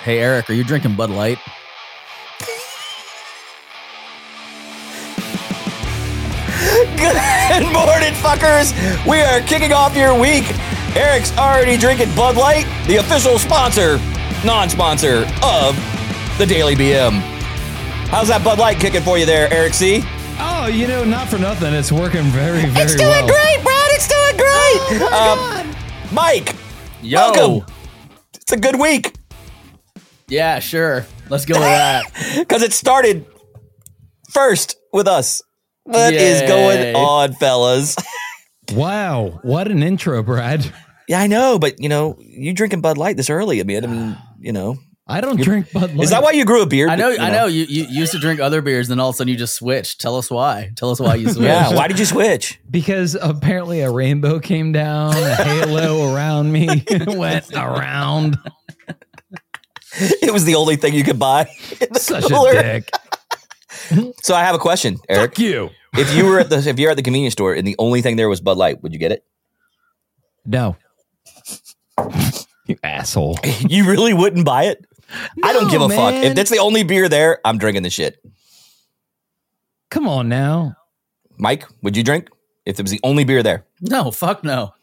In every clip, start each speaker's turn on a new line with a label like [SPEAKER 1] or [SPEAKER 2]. [SPEAKER 1] Hey, Eric, are you drinking Bud Light?
[SPEAKER 2] Good morning, fuckers. We are kicking off your week. Eric's already drinking Bud Light, the official sponsor, non-sponsor of the Daily BM. How's that Bud Light kicking for you there, Eric C?
[SPEAKER 3] Oh, you know, not for nothing. It's working very, very
[SPEAKER 2] It's doing
[SPEAKER 3] well.
[SPEAKER 2] great, Brad. It's doing great. Um, Mike,
[SPEAKER 1] Yo.
[SPEAKER 3] Oh.
[SPEAKER 2] welcome. It's a good week
[SPEAKER 1] Yeah, sure. Let's go with that.
[SPEAKER 2] because it started first with us. What is
[SPEAKER 1] Yay.
[SPEAKER 2] going on, fellas?
[SPEAKER 3] Wow, what an intro, Brad.
[SPEAKER 2] yeah, I know, but you know, you drinking Bud Light this early. I mean, I mean, you know,
[SPEAKER 3] I don't drink Bud Light.
[SPEAKER 2] is that why you grew a beard?
[SPEAKER 1] I know,
[SPEAKER 2] You
[SPEAKER 1] I know. You, you you used to drink other beers, then all of a sudden you just switched. Tell us why. Tell us why you switched.
[SPEAKER 2] Yeah, why did you switch?
[SPEAKER 3] Because apparently a rainbow came down, a halo around me went around.
[SPEAKER 2] It was the only thing you could buy. in the
[SPEAKER 3] Such
[SPEAKER 2] cooler.
[SPEAKER 3] a dick.
[SPEAKER 2] So I have a question, Eric.
[SPEAKER 3] Fuck you.
[SPEAKER 2] if you were at the if you're at the convenience store and the only thing there was Bud Light, would you get it?
[SPEAKER 3] No. You asshole.
[SPEAKER 2] You really wouldn't buy it? I don't
[SPEAKER 3] No,
[SPEAKER 2] give a fuck.
[SPEAKER 3] man.
[SPEAKER 2] If that's the only beer there, I'm drinking the shit.
[SPEAKER 3] Come on now.
[SPEAKER 2] Mike, would you drink if it was the only beer there?
[SPEAKER 1] No, fuck no.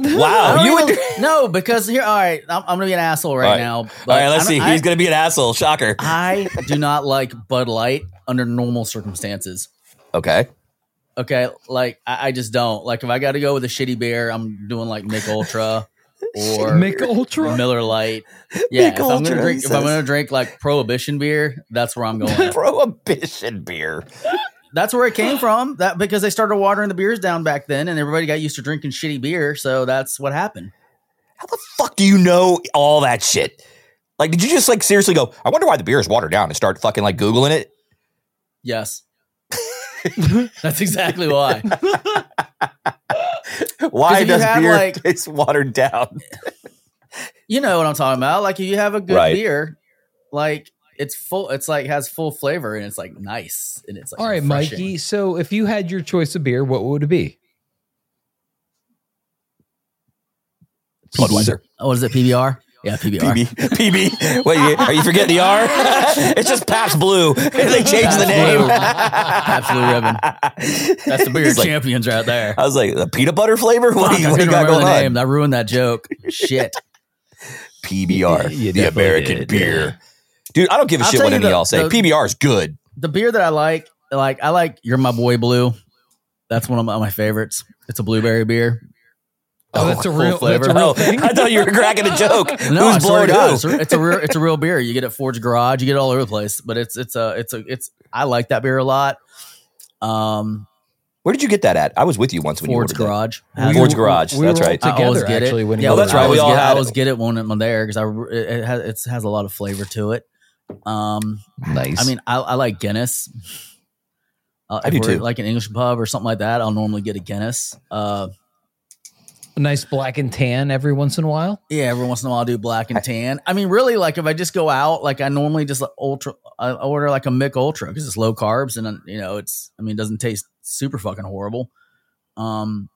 [SPEAKER 1] I
[SPEAKER 2] Wow,
[SPEAKER 1] don't
[SPEAKER 2] Oh, you would.
[SPEAKER 1] even- no, because here, all right, I'm, I'm gonna be an asshole right,
[SPEAKER 2] All right.
[SPEAKER 1] now.
[SPEAKER 2] All right, let's
[SPEAKER 1] I don't-
[SPEAKER 2] see.
[SPEAKER 1] I,
[SPEAKER 2] He's gonna be an asshole. Shocker.
[SPEAKER 1] I do not like Bud Light under normal circumstances.
[SPEAKER 2] Okay.
[SPEAKER 1] Okay, like I, I just don't like if I got to go with a shitty beer, I'm doing like Mick Ultra or
[SPEAKER 3] Mick Ultra.
[SPEAKER 1] Miller Light. Yeah,
[SPEAKER 2] Mick
[SPEAKER 1] if I'm
[SPEAKER 2] Ultra,
[SPEAKER 1] gonna drink,
[SPEAKER 2] he
[SPEAKER 1] if I'm
[SPEAKER 2] says.
[SPEAKER 1] gonna drink like Prohibition beer, that's where I'm going.
[SPEAKER 2] Prohibition beer.
[SPEAKER 1] that's where it came from. That because they started watering the beers down back then, and everybody got used to drinking shitty beer, so that's what happened.
[SPEAKER 2] How the fuck do you know all that shit? Like, did you just like seriously go? I wonder why the beer is watered down and start fucking like googling it.
[SPEAKER 1] Yes, that's exactly why.
[SPEAKER 2] Why
[SPEAKER 1] if you
[SPEAKER 2] does
[SPEAKER 1] had,
[SPEAKER 2] beer
[SPEAKER 1] like-
[SPEAKER 2] taste watered down?
[SPEAKER 1] You know what I'm talking about? Like if you have a good
[SPEAKER 2] Right.
[SPEAKER 1] beer, like it's full. It's like has full flavor, and it's like nice, and it's like
[SPEAKER 3] All right,
[SPEAKER 1] refreshing.
[SPEAKER 3] Mikey. So if you had your choice of beer, what would it be?
[SPEAKER 2] Budweiser.
[SPEAKER 1] Oh, what is it? PBR. Yeah, PBR.
[SPEAKER 2] PB. PB. Wait, you- are you forgetting the R? it's just Pabst Blue. They changed the
[SPEAKER 1] Pabst
[SPEAKER 2] name.
[SPEAKER 1] Blue. Pabst Blue Ribbon. That's the beer
[SPEAKER 2] He's like-
[SPEAKER 1] champions right there.
[SPEAKER 2] I was like, the peanut butter flavor? What do
[SPEAKER 1] Fuck,
[SPEAKER 2] you,
[SPEAKER 1] I
[SPEAKER 2] what do
[SPEAKER 1] couldn't
[SPEAKER 2] you got
[SPEAKER 1] remember
[SPEAKER 2] going
[SPEAKER 1] the
[SPEAKER 2] on?
[SPEAKER 1] name. I ruined that joke. Shit.
[SPEAKER 2] PBR,
[SPEAKER 3] You
[SPEAKER 2] the
[SPEAKER 3] definitely
[SPEAKER 2] American
[SPEAKER 3] did,
[SPEAKER 2] beer. Dude, I don't give a
[SPEAKER 1] I'll
[SPEAKER 2] shit
[SPEAKER 1] tell
[SPEAKER 2] what
[SPEAKER 1] you
[SPEAKER 2] any
[SPEAKER 1] the-
[SPEAKER 2] of y'all
[SPEAKER 1] the-
[SPEAKER 2] say. PBR is good.
[SPEAKER 1] the beer that I like, like I like You're My Boy Blue. That's one of my, my favorites. It's a blueberry beer.
[SPEAKER 3] Oh, that's a
[SPEAKER 1] full
[SPEAKER 3] real,
[SPEAKER 1] flavor.
[SPEAKER 3] that's a real
[SPEAKER 2] Oh,
[SPEAKER 3] thing.
[SPEAKER 2] I thought you were cracking a joke.
[SPEAKER 1] No, I
[SPEAKER 2] Who's
[SPEAKER 1] swear
[SPEAKER 2] blowing
[SPEAKER 1] to God, it's
[SPEAKER 2] who?
[SPEAKER 1] a, it's a real it's a real beer. You get it at Ford's Garage. You get it all over the place. But it's it's a it's a it's I like that beer a lot. Um,
[SPEAKER 2] Where did you get that at? I was with you once when
[SPEAKER 1] Ford's
[SPEAKER 2] you ordered
[SPEAKER 1] Garage.
[SPEAKER 2] that.
[SPEAKER 3] We-
[SPEAKER 2] Ford's Garage,
[SPEAKER 3] we
[SPEAKER 2] that's
[SPEAKER 3] were all
[SPEAKER 2] right.
[SPEAKER 1] I always
[SPEAKER 3] Together,
[SPEAKER 1] get
[SPEAKER 3] actually,
[SPEAKER 1] it.
[SPEAKER 3] when
[SPEAKER 1] yeah,
[SPEAKER 3] we
[SPEAKER 2] well,
[SPEAKER 3] were
[SPEAKER 2] that's
[SPEAKER 1] I
[SPEAKER 2] right.
[SPEAKER 3] out.
[SPEAKER 1] always
[SPEAKER 2] We all
[SPEAKER 1] get, I
[SPEAKER 2] had
[SPEAKER 1] always
[SPEAKER 2] it.
[SPEAKER 1] get it when I'm there because I it, it has it has a lot of flavor to it. Um,
[SPEAKER 3] Nice.
[SPEAKER 1] I mean, I, I like Guinness. Uh,
[SPEAKER 2] I
[SPEAKER 1] if
[SPEAKER 2] do
[SPEAKER 1] we're at,
[SPEAKER 2] too.
[SPEAKER 1] Like an English pub or something like that, I'll normally get a Guinness. Uh,
[SPEAKER 3] a nice black and tan every once in a while.
[SPEAKER 1] yeah, every once in a while I'll do black and tan. I mean, really, like if I just go out, like I normally just like, ultra, I order like a Mick Ultra because it's low carbs and uh, you know it's, I mean, it doesn't taste super fucking horrible. Um,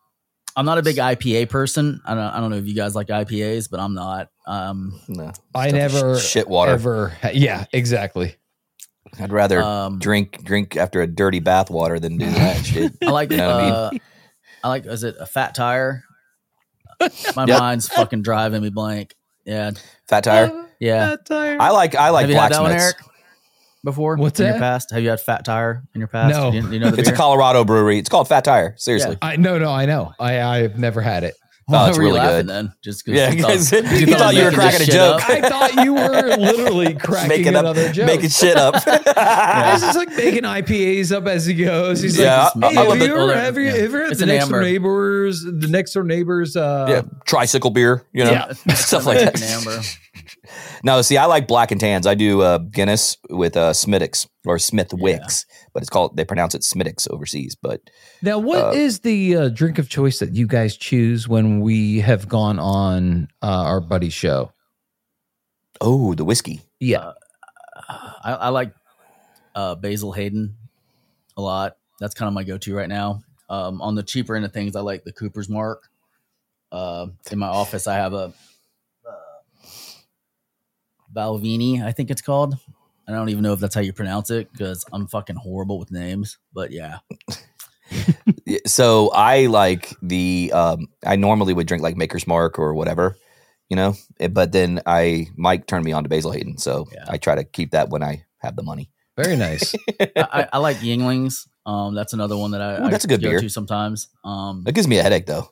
[SPEAKER 1] I'm not a big IPA person. I don't, I don't know if you guys like IPAs, but I'm not. Um,
[SPEAKER 2] No,
[SPEAKER 3] I
[SPEAKER 2] Stuff is
[SPEAKER 3] never
[SPEAKER 2] shit water.
[SPEAKER 3] Ever, yeah, exactly.
[SPEAKER 2] I'd rather
[SPEAKER 1] um,
[SPEAKER 2] drink drink after a dirty bath water than do that shit.
[SPEAKER 1] I like
[SPEAKER 2] You know what I mean?
[SPEAKER 1] uh, I like is it a fat tire? My
[SPEAKER 2] Yep.
[SPEAKER 1] mind's fucking driving me blank. Yeah.
[SPEAKER 2] Fat tire.
[SPEAKER 1] Yeah.
[SPEAKER 2] I like I like
[SPEAKER 1] Have you had that one,
[SPEAKER 2] blacksmiths.
[SPEAKER 1] Eric? Before?
[SPEAKER 3] What's
[SPEAKER 1] in
[SPEAKER 3] that?
[SPEAKER 1] your past? Have you had fat tire in your past?
[SPEAKER 3] No.
[SPEAKER 1] Do You, do you know the
[SPEAKER 2] It's a
[SPEAKER 1] beer? Oh,
[SPEAKER 2] Colorado brewery. It's called Fat Tire. Seriously.
[SPEAKER 3] I no, no, I know. I I've never had it.
[SPEAKER 1] Why
[SPEAKER 2] Oh, it's
[SPEAKER 1] were you
[SPEAKER 2] really
[SPEAKER 1] laughing
[SPEAKER 2] good.
[SPEAKER 1] Then just
[SPEAKER 2] Yeah,
[SPEAKER 1] you
[SPEAKER 2] because
[SPEAKER 1] thought,
[SPEAKER 2] you
[SPEAKER 1] thought
[SPEAKER 2] thought you were
[SPEAKER 1] making this
[SPEAKER 2] cracking a
[SPEAKER 1] shit
[SPEAKER 2] joke.
[SPEAKER 1] up?
[SPEAKER 3] I thought you were literally cracking
[SPEAKER 2] Making up,
[SPEAKER 3] another joke.
[SPEAKER 2] making shit up.
[SPEAKER 3] I was just like making IPAs up as he goes. He's
[SPEAKER 2] Yeah, I-
[SPEAKER 3] like,
[SPEAKER 2] I
[SPEAKER 3] hey,
[SPEAKER 2] love
[SPEAKER 3] have you
[SPEAKER 1] it.
[SPEAKER 3] ever, have you
[SPEAKER 1] Yeah.
[SPEAKER 3] ever had
[SPEAKER 1] It's
[SPEAKER 3] the
[SPEAKER 1] an
[SPEAKER 3] next door
[SPEAKER 1] amber.
[SPEAKER 3] neighbors, the next door neighbors? Uh,
[SPEAKER 2] yeah, tricycle beer, you know, stuff like
[SPEAKER 1] An
[SPEAKER 2] that.
[SPEAKER 1] amber.
[SPEAKER 2] No, see, I like black and tans. I do uh, Guinness with uh, Smittix or Smith Wicks, but it's called they pronounce it Smittix overseas. But
[SPEAKER 3] Now, what is the uh, drink of choice that you guys choose when we have gone on uh, our buddy show?
[SPEAKER 2] oh, the whiskey.
[SPEAKER 3] Yeah,
[SPEAKER 1] I, I like uh, Basil Hayden a lot. That's kind of my go-to right now. Um, on the cheaper end of things, I like the Cooper's Mark. Uh, in my office, I have a uh, Balvini, I think it's called. I don't even know if that's how you pronounce it because I'm fucking horrible with names. But yeah,
[SPEAKER 2] So I like the um I normally would drink like Maker's Mark or whatever, you know. Eh, But then I Mike turned me on to Basil Hayden, so
[SPEAKER 1] Yeah.
[SPEAKER 2] I try to keep that when I have the money.
[SPEAKER 3] Very nice.
[SPEAKER 1] I, I, I like Yinglings. Um, that's another one that I,
[SPEAKER 2] Ooh, that's
[SPEAKER 1] I
[SPEAKER 2] a good
[SPEAKER 1] go
[SPEAKER 2] beer.
[SPEAKER 1] to sometimes. Um,
[SPEAKER 2] It gives me a headache though.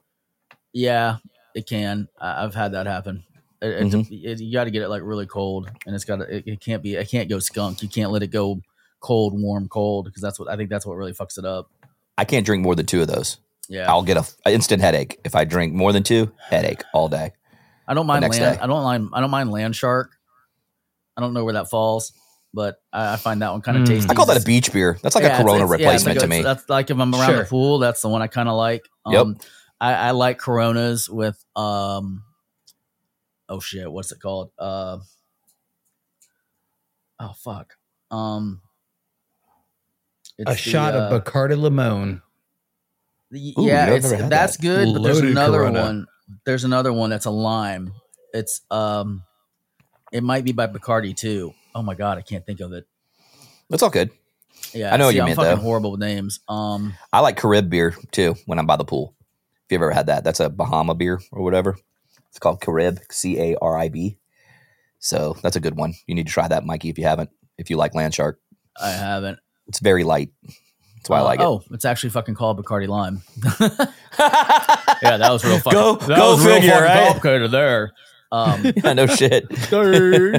[SPEAKER 1] yeah, it can. I, I've had that happen. It, it-
[SPEAKER 2] Mm-hmm.
[SPEAKER 1] it- you got to get it like really cold, and it's got to. It, it can't be. It can't go skunk. You can't let it go cold, warm, cold because that's what I think. That's what really fucks it up.
[SPEAKER 2] I can't drink more than two of those.
[SPEAKER 1] Yeah,
[SPEAKER 2] I'll get a an instant headache if I drink more than two. Headache all day.
[SPEAKER 1] I don't mind
[SPEAKER 2] next
[SPEAKER 1] land.
[SPEAKER 2] day.
[SPEAKER 1] I don't mind. I don't mind land shark. I don't know where that falls, but I, I find that one kind of
[SPEAKER 3] Mm.
[SPEAKER 1] tasty.
[SPEAKER 2] I call that a beach beer. That's like
[SPEAKER 1] Yeah,
[SPEAKER 2] a
[SPEAKER 1] it's-
[SPEAKER 2] Corona
[SPEAKER 1] it's- yeah, it's uh,
[SPEAKER 2] replacement
[SPEAKER 1] like
[SPEAKER 2] to
[SPEAKER 1] a-
[SPEAKER 2] me.
[SPEAKER 1] That's like if I'm around
[SPEAKER 3] Sure.
[SPEAKER 1] the pool, that's the one I kind of like. Um,
[SPEAKER 2] Yep.
[SPEAKER 1] I, I like Coronas with um. Oh shit! What's it called? Uh, oh fuck. Um. uh,
[SPEAKER 3] a shot
[SPEAKER 2] uh,
[SPEAKER 3] of Bacardi Limon.
[SPEAKER 1] Y-
[SPEAKER 2] Ooh,
[SPEAKER 1] yeah,
[SPEAKER 2] I've
[SPEAKER 1] it's,
[SPEAKER 2] never had
[SPEAKER 1] that's good. But there's
[SPEAKER 3] Loaded
[SPEAKER 1] another
[SPEAKER 3] Corona.
[SPEAKER 1] one. There's another one that's a lime. It's um, it might be by Bacardi too. Oh my god, I can't think of it.
[SPEAKER 2] It's all good.
[SPEAKER 1] Yeah,
[SPEAKER 2] I know what
[SPEAKER 1] see,
[SPEAKER 2] you
[SPEAKER 1] I'm
[SPEAKER 2] meant,
[SPEAKER 1] fucking
[SPEAKER 2] though.
[SPEAKER 1] horrible with names. Um,
[SPEAKER 2] I like Carib beer too when I'm by the pool. If you've ever had that, that's a Bahama beer or whatever. It's called Carib, C A R I B. So that's a good one. You need to try that, Mikey, if you haven't. If you like land shark,
[SPEAKER 1] I haven't.
[SPEAKER 2] it's very light. That's why I
[SPEAKER 1] Uh,
[SPEAKER 2] like
[SPEAKER 1] Oh, it's actually fucking called Bacardi Lime.
[SPEAKER 2] it.
[SPEAKER 1] yeah, that was real fucking.
[SPEAKER 2] Go-
[SPEAKER 1] that
[SPEAKER 2] go
[SPEAKER 1] was real
[SPEAKER 2] figure,
[SPEAKER 1] fucking
[SPEAKER 2] right?
[SPEAKER 1] Complicated there. Um,
[SPEAKER 2] no shit.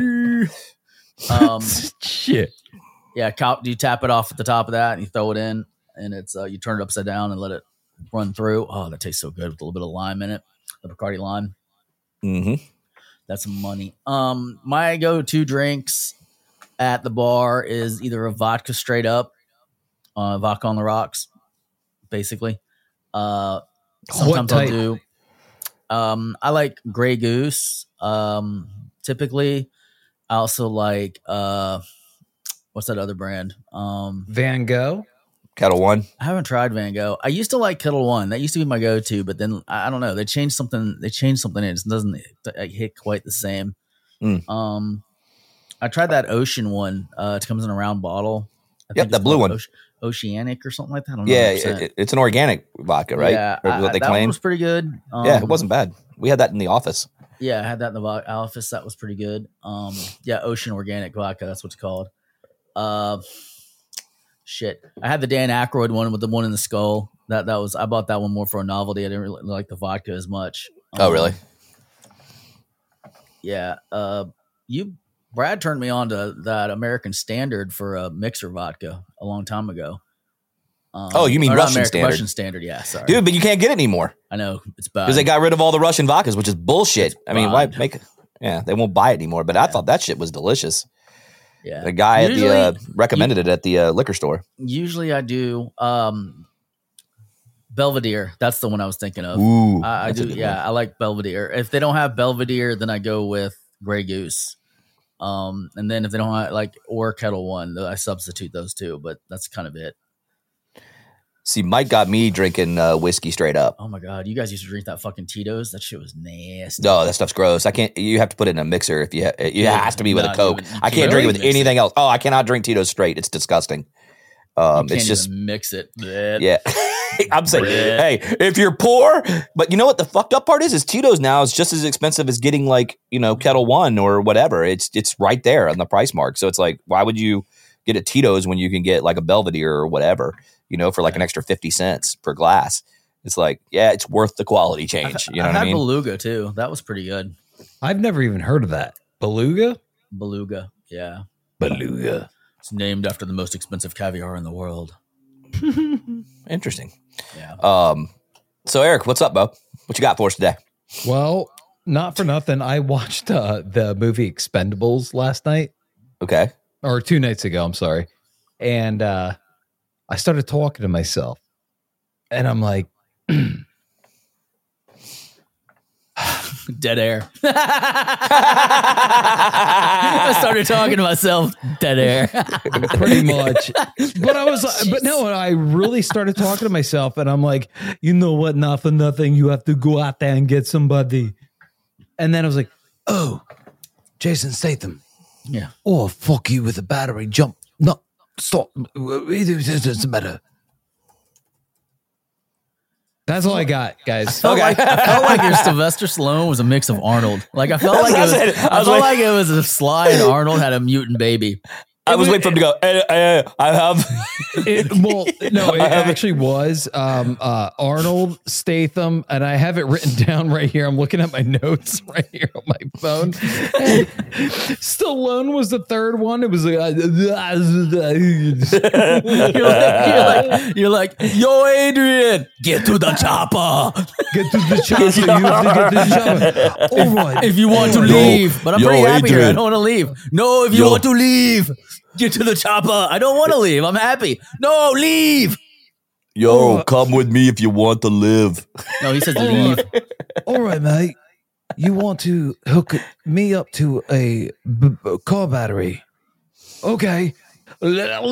[SPEAKER 1] um,
[SPEAKER 3] Shit.
[SPEAKER 1] yeah, cop, you tap it off at the top of that and you throw it in, and it's uh, you turn it upside down and let it run through. Oh, that tastes so good with a little bit of lime in it, the Bacardi lime.
[SPEAKER 2] hmm
[SPEAKER 1] That's money. Um, my go-to drinks at the bar is either a vodka straight up, uh, vodka on the rocks, basically. Uh,
[SPEAKER 3] What
[SPEAKER 1] sometimes I'll
[SPEAKER 3] type?
[SPEAKER 1] do. Um, I like Grey Goose. Um, typically, I also like uh, what's that other brand? Um,
[SPEAKER 3] Van Gogh.
[SPEAKER 2] Kettle one.
[SPEAKER 1] I haven't tried Van Gogh. I used to like Kettle One. That used to be my go-to, but then I I don't know. They changed something. They changed something. And it just doesn't uh, hit quite the same.
[SPEAKER 2] Mm.
[SPEAKER 1] Um, I tried that Ocean one. Uh, it comes in a round bottle. I
[SPEAKER 2] Yep,
[SPEAKER 1] think it's
[SPEAKER 2] that blue
[SPEAKER 1] called
[SPEAKER 2] one.
[SPEAKER 1] Oce- Oceanic or something like that. I don't know.
[SPEAKER 2] Yeah,
[SPEAKER 1] 100%.
[SPEAKER 2] it- it- it's an organic vodka, right?
[SPEAKER 1] Yeah,
[SPEAKER 2] Or
[SPEAKER 1] I-
[SPEAKER 2] what
[SPEAKER 1] I-
[SPEAKER 2] they
[SPEAKER 1] that one
[SPEAKER 2] claim.
[SPEAKER 1] was pretty good. Um,
[SPEAKER 2] yeah, it wasn't bad. We had that in the office.
[SPEAKER 1] Yeah, I had that in the vo- office. That was pretty good. Um, yeah, Ocean Organic Vodka. That's what it's called. Uh, shit, I had the Dan Aykroyd one with the one in the skull. That that was I bought that one more for a novelty. I didn't really like the vodka as much.
[SPEAKER 2] oh,
[SPEAKER 1] Um,
[SPEAKER 2] really?
[SPEAKER 1] Yeah. Uh, you Brad turned me on to that American Standard for a mixer vodka a long time ago. Um,
[SPEAKER 2] Oh, you mean
[SPEAKER 1] or not
[SPEAKER 2] Russian
[SPEAKER 1] American-
[SPEAKER 2] Standard.
[SPEAKER 1] Russian Standard? Yeah, sorry,
[SPEAKER 2] Dude, but you can't get it anymore.
[SPEAKER 1] I know it's bad.
[SPEAKER 2] because they got rid of all the Russian vodkas, which is bullshit.
[SPEAKER 1] It's
[SPEAKER 2] I mean, why
[SPEAKER 1] bond.
[SPEAKER 2] make? Yeah, they won't buy it anymore. But I
[SPEAKER 1] Yeah.
[SPEAKER 2] thought that shit was delicious.
[SPEAKER 1] yeah.
[SPEAKER 2] The guy
[SPEAKER 1] Usually-
[SPEAKER 2] at the uh, recommended it at the uh, liquor store.
[SPEAKER 1] usually I do um Belvedere. That's the one I was thinking of.
[SPEAKER 2] Ooh,
[SPEAKER 1] I, I
[SPEAKER 2] that's a
[SPEAKER 1] do.
[SPEAKER 2] good
[SPEAKER 1] Yeah, I like Belvedere. If they don't have Belvedere, then I go with Grey Goose. Um, and then if they don't have, like or Kettle One, then I substitute those two. But that's kind of it.
[SPEAKER 2] one. See, Mike got me drinking uh, whiskey straight up.
[SPEAKER 1] Oh my god, you guys used to drink that fucking Tito's. That shit was nasty.
[SPEAKER 2] No, that stuff's gross. I can't. You have to put it in a mixer if you. Ha- it
[SPEAKER 1] Yeah,
[SPEAKER 2] has to be with
[SPEAKER 1] no,
[SPEAKER 2] a Coke.
[SPEAKER 1] you- you
[SPEAKER 2] I can't
[SPEAKER 1] can't
[SPEAKER 2] drink it
[SPEAKER 1] really
[SPEAKER 2] with
[SPEAKER 1] mix
[SPEAKER 2] anything else. Oh, I cannot drink Tito's straight. It's disgusting. Um,
[SPEAKER 1] you can't
[SPEAKER 2] it's just
[SPEAKER 1] even mix it. Bleh.
[SPEAKER 2] Yeah. I'm saying,
[SPEAKER 1] Bread.
[SPEAKER 2] hey, if you're poor, but you know what the fucked up part is? Is Tito's now is just as expensive as getting like, you know, Kettle One or whatever. It's it's right there on the price mark. So it's like, why would you get a Tito's when you can get like a Belvedere or whatever, you know, for like an extra 50 cents per glass? It's like, yeah, it's worth the quality change. You know
[SPEAKER 1] I
[SPEAKER 2] what
[SPEAKER 1] had
[SPEAKER 2] I mean?
[SPEAKER 1] Beluga too. That was pretty good.
[SPEAKER 3] I've never even heard of that. Beluga.
[SPEAKER 1] Beluga. Yeah,
[SPEAKER 3] Beluga.
[SPEAKER 1] it's named after the most expensive caviar in the world.
[SPEAKER 2] Interesting.
[SPEAKER 1] Yeah.
[SPEAKER 2] Um, so Eric, what's up, Bo? What you got for us today?
[SPEAKER 3] Well, not for nothing. I watched uh, the movie Expendables last night
[SPEAKER 2] Okay.
[SPEAKER 3] or two nights ago. I'm sorry, and uh, I started talking to myself, and I'm like,
[SPEAKER 1] Dead air. I started talking to myself. Dead air.
[SPEAKER 3] pretty much. but I was, like, but no, I really started talking to myself, and I'm like, you know what? Not for nothing. You have to go out there and get somebody. And then I was like, oh, Jason Statham.
[SPEAKER 1] Yeah.
[SPEAKER 4] Oh, fuck you with a battery jump. No, stop. It doesn't matter.
[SPEAKER 3] That's all I got, guys.
[SPEAKER 1] Felt
[SPEAKER 2] Okay.
[SPEAKER 1] like, I felt like your Sylvester Stallone was a mix of Arnold. Like I felt like it was,
[SPEAKER 2] I
[SPEAKER 1] I,
[SPEAKER 2] said- I was
[SPEAKER 1] felt
[SPEAKER 2] like-
[SPEAKER 1] like, it was if Sly and Arnold had a mutant baby.
[SPEAKER 2] I was waiting for him to go. Eh, eh, I have.
[SPEAKER 3] It, well, no, it actually was um, uh, Arnold Statham, and I have it written down right here. I'm looking at my notes right here on my phone. And Stallone was the third one. It was uh,
[SPEAKER 1] You're like, you're like, you're like, yo, Adrian, get to the chopper
[SPEAKER 3] get to the chopper. You have to get to the chopper. All right.
[SPEAKER 1] if you want to leave. But I'm
[SPEAKER 2] yo,
[SPEAKER 1] pretty happy here. I
[SPEAKER 2] Adrian.
[SPEAKER 1] don't want to leave. No, if you
[SPEAKER 2] Yo.
[SPEAKER 1] want to leave, get to the chopper. I don't want to leave. I'm happy. No, leave.
[SPEAKER 2] Yo, come with me if you want to live.
[SPEAKER 1] No, he says leave.
[SPEAKER 4] All right, mate. You want to hook me up to a b- b- car battery? Okay.
[SPEAKER 3] That's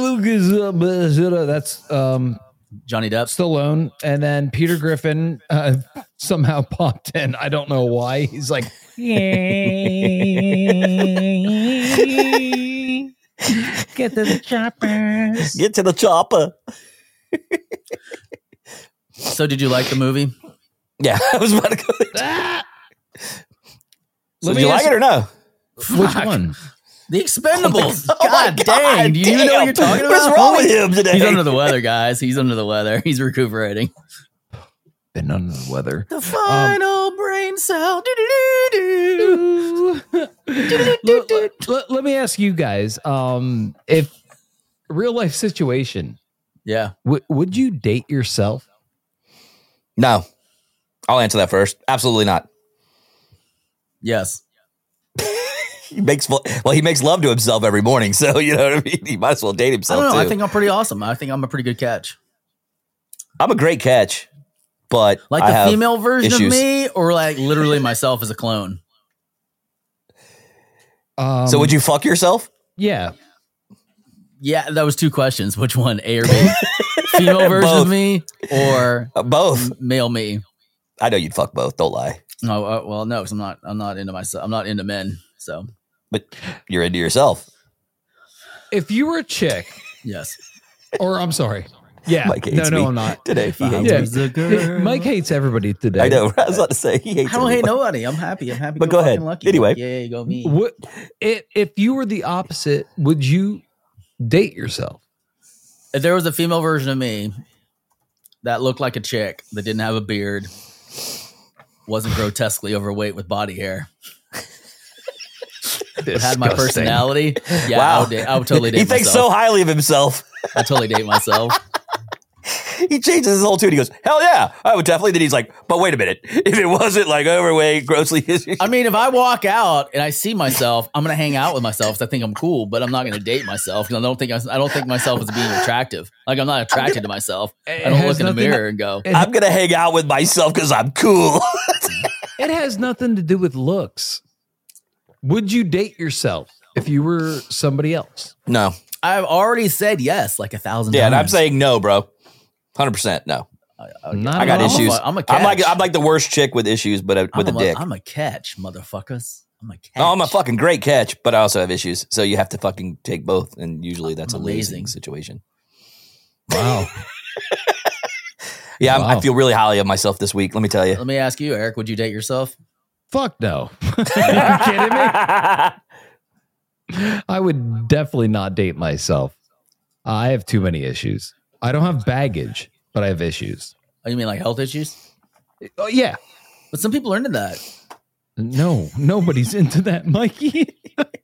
[SPEAKER 3] um,
[SPEAKER 1] Johnny Depp.
[SPEAKER 3] Stallone, and then Peter Griffin uh, somehow popped in. I don't know why. He's like,
[SPEAKER 5] Get to the choppers.
[SPEAKER 2] Get to the chopper.
[SPEAKER 1] So did you like the movie?
[SPEAKER 2] Yeah, I was about to go.
[SPEAKER 3] ah!
[SPEAKER 2] So did you like it or no?
[SPEAKER 3] which one?
[SPEAKER 1] The Expendables.
[SPEAKER 2] Oh my
[SPEAKER 1] God, dang. Do you even know what
[SPEAKER 2] damn.
[SPEAKER 1] you're talking about?
[SPEAKER 2] What's wrong with him today?
[SPEAKER 1] He's under the weather, guys. He's under the weather. He's recuperating.
[SPEAKER 4] Been under the weather.
[SPEAKER 1] The final brain cell. Do-do-do-do.
[SPEAKER 3] let, let- let me ask you guys: um, if real life situation,
[SPEAKER 1] Yeah.
[SPEAKER 3] w- would you date yourself?
[SPEAKER 2] no, I'll answer that first. Absolutely not.
[SPEAKER 1] Yes.
[SPEAKER 2] He makes well. He makes love to himself every morning, so you know what I mean. He might as well date
[SPEAKER 1] I
[SPEAKER 2] himself
[SPEAKER 1] don't know.
[SPEAKER 2] too.
[SPEAKER 1] I think I'm pretty awesome. I think I'm a pretty good catch.
[SPEAKER 2] I'm a great catch, but
[SPEAKER 1] Like
[SPEAKER 2] I
[SPEAKER 1] the
[SPEAKER 2] have-
[SPEAKER 1] female version
[SPEAKER 2] issues.
[SPEAKER 1] of me, or like literally myself as a clone.
[SPEAKER 3] Um,
[SPEAKER 2] So would you fuck yourself?
[SPEAKER 3] Yeah,
[SPEAKER 1] Yeah, that was two questions. Which one, A or B? female version
[SPEAKER 2] Both.
[SPEAKER 1] of me or
[SPEAKER 2] Uh, both.
[SPEAKER 1] male me?
[SPEAKER 2] I know you'd fuck both. Don't lie.
[SPEAKER 1] No, uh, well, no, because I'm not. I'm not into myself. I'm not into men. So
[SPEAKER 2] You're into yourself.
[SPEAKER 3] if you were a chick,
[SPEAKER 1] yes.
[SPEAKER 3] or I'm sorry, yeah,
[SPEAKER 2] Mike hates
[SPEAKER 3] no, no,
[SPEAKER 2] me.
[SPEAKER 3] I'm not.
[SPEAKER 2] Today, he
[SPEAKER 1] Um,
[SPEAKER 2] hates
[SPEAKER 3] Yeah.
[SPEAKER 2] me.
[SPEAKER 3] Mike hates everybody today.
[SPEAKER 2] I know. I was about to say he hates.
[SPEAKER 1] I don't hate nobody.
[SPEAKER 2] everybody.
[SPEAKER 1] I'm happy. I'm happy.
[SPEAKER 2] But go ahead.
[SPEAKER 1] fucking Lucky.
[SPEAKER 2] Anyway.
[SPEAKER 1] yay, go me.
[SPEAKER 3] What if, if you were the opposite? Would you date yourself?
[SPEAKER 1] if there was a female version of me that looked like a chick that didn't have a beard wasn't grotesquely overweight with body hair but had my
[SPEAKER 3] Disgusting.
[SPEAKER 1] personality yeah I,
[SPEAKER 2] Wow.
[SPEAKER 1] would, date- I would totally date
[SPEAKER 2] He thinks so
[SPEAKER 1] myself
[SPEAKER 2] highly of himself.
[SPEAKER 1] i totally date myself
[SPEAKER 2] He changes his whole tune. He goes, "Hell yeah, I would definitely." Then he's like, "But wait a minute. If it wasn't like overweight, grossly,
[SPEAKER 1] i mean if i walk out and i see myself i'm gonna hang out with myself 'cause i think i'm cool but i'm not gonna date myself 'cause i don't think I, I don't think myself as being attractive like i'm not attracted to myself
[SPEAKER 3] It
[SPEAKER 1] i don't
[SPEAKER 3] has
[SPEAKER 1] look in the
[SPEAKER 3] nothing-
[SPEAKER 1] mirror and go
[SPEAKER 3] It,
[SPEAKER 2] I'm gonna hang out with myself because I'm cool."
[SPEAKER 3] it has nothing to do with looks. Would you date yourself if you were somebody else?
[SPEAKER 2] no.
[SPEAKER 1] i've already said yes like a thousand
[SPEAKER 2] Yeah, and I'm
[SPEAKER 1] times
[SPEAKER 2] saying no, bro. Hundred percent no.
[SPEAKER 3] Not
[SPEAKER 2] I got
[SPEAKER 3] at all.
[SPEAKER 2] issues.
[SPEAKER 1] I'm a
[SPEAKER 2] I'm like
[SPEAKER 1] catch.
[SPEAKER 2] I'm like the worst chick with issues, but uh, with
[SPEAKER 1] I'm
[SPEAKER 2] a dick.
[SPEAKER 1] I'm a catch, motherfuckers. I'm a catch.
[SPEAKER 2] Oh, I'm a fucking great catch, but I also have issues. So you have to fucking take both, and usually that's
[SPEAKER 1] I'm
[SPEAKER 2] a losing
[SPEAKER 1] amazing.
[SPEAKER 2] situation.
[SPEAKER 3] Wow.
[SPEAKER 2] Yeah, I'm, I
[SPEAKER 3] Wow.
[SPEAKER 2] feel really highly of myself this week. Let me tell you.
[SPEAKER 1] Let me ask you, Eric. Would you date yourself?
[SPEAKER 3] Fuck no. Are you kidding me? I would definitely not date myself. I have too many issues. I don't have baggage, but I have issues.
[SPEAKER 1] Oh, you mean like health issues?
[SPEAKER 3] Oh yeah.
[SPEAKER 1] But some people are into that.
[SPEAKER 3] No, nobody's into that, Mikey.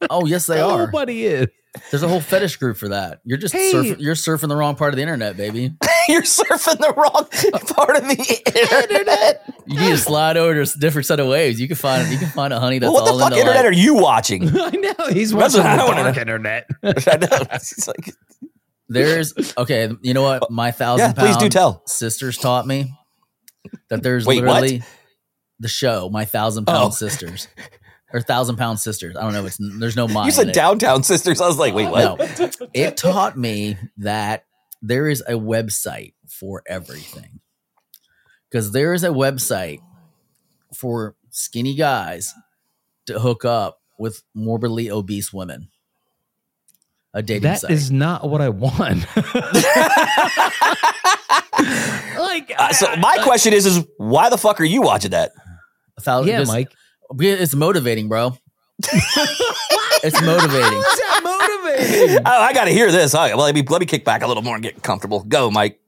[SPEAKER 1] Oh, yes, they are.
[SPEAKER 3] Nobody is.
[SPEAKER 1] There's a whole fetish group for that. You're just
[SPEAKER 3] Hey.
[SPEAKER 1] surf- you're surfing the wrong part of the internet, baby.
[SPEAKER 2] You're surfing the wrong part of the internet.
[SPEAKER 1] You need to slide over to a different set of waves. You can find you can find a honey that's
[SPEAKER 2] what
[SPEAKER 1] all
[SPEAKER 2] the fuck
[SPEAKER 1] into
[SPEAKER 2] internet
[SPEAKER 1] like,
[SPEAKER 2] are you watching?
[SPEAKER 3] I know he's
[SPEAKER 2] That's
[SPEAKER 3] watching
[SPEAKER 2] what I
[SPEAKER 3] the
[SPEAKER 2] wanna
[SPEAKER 3] dark
[SPEAKER 2] know.
[SPEAKER 3] internet.
[SPEAKER 2] I know. It's like-
[SPEAKER 1] there's okay. You know what? My thousand
[SPEAKER 2] yeah, please do
[SPEAKER 1] pound
[SPEAKER 2] tell.
[SPEAKER 1] sisters taught me that there's
[SPEAKER 2] Wait, what?
[SPEAKER 1] literally the show My Thousand Pound
[SPEAKER 2] Oh.
[SPEAKER 1] Sisters or Thousand Pound Sisters. I don't know. It's there's no my.
[SPEAKER 2] You
[SPEAKER 1] in
[SPEAKER 2] said
[SPEAKER 1] it.
[SPEAKER 2] downtown sisters. I was like, wait, what?
[SPEAKER 1] No, it taught me that there is a website for everything. Because there is a website for skinny guys to hook up with morbidly obese women. a dating
[SPEAKER 3] That
[SPEAKER 1] site.
[SPEAKER 3] is not what I want. like,
[SPEAKER 2] Uh, so my question is, is why the fuck are you watching that?
[SPEAKER 1] a thousand,
[SPEAKER 3] yeah,
[SPEAKER 1] just-
[SPEAKER 3] Mike.
[SPEAKER 1] It's motivating, bro. it's motivating. Hmm.
[SPEAKER 2] Oh, I got to hear this. All right, well, let me let me kick back a little more and get comfortable. Go, Mike.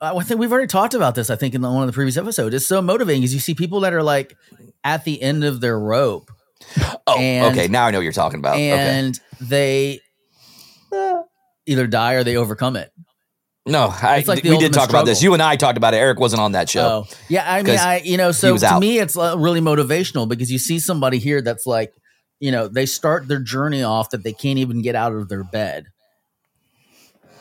[SPEAKER 1] I I think we've already talked about this. I think in the, one of the previous episodes, it's so motivating because you see people that are like at the end of their rope,
[SPEAKER 2] Oh,
[SPEAKER 1] And-
[SPEAKER 2] okay. Now I know what you're talking about. Oh, okay.
[SPEAKER 1] and they either die or they overcome it.
[SPEAKER 2] No, I,
[SPEAKER 1] It's like the
[SPEAKER 2] we did
[SPEAKER 1] ultimate
[SPEAKER 2] talk about this.
[SPEAKER 1] struggle.
[SPEAKER 2] You and I talked about it. Eric wasn't on that show.
[SPEAKER 1] Oh, yeah. I mean,
[SPEAKER 2] 'Cause
[SPEAKER 1] I you know,
[SPEAKER 2] he
[SPEAKER 1] so
[SPEAKER 2] was
[SPEAKER 1] to
[SPEAKER 2] out.
[SPEAKER 1] me, it's uh, really motivational because you see somebody here that's like, you know, they start their journey off that they can't even get out of their bed.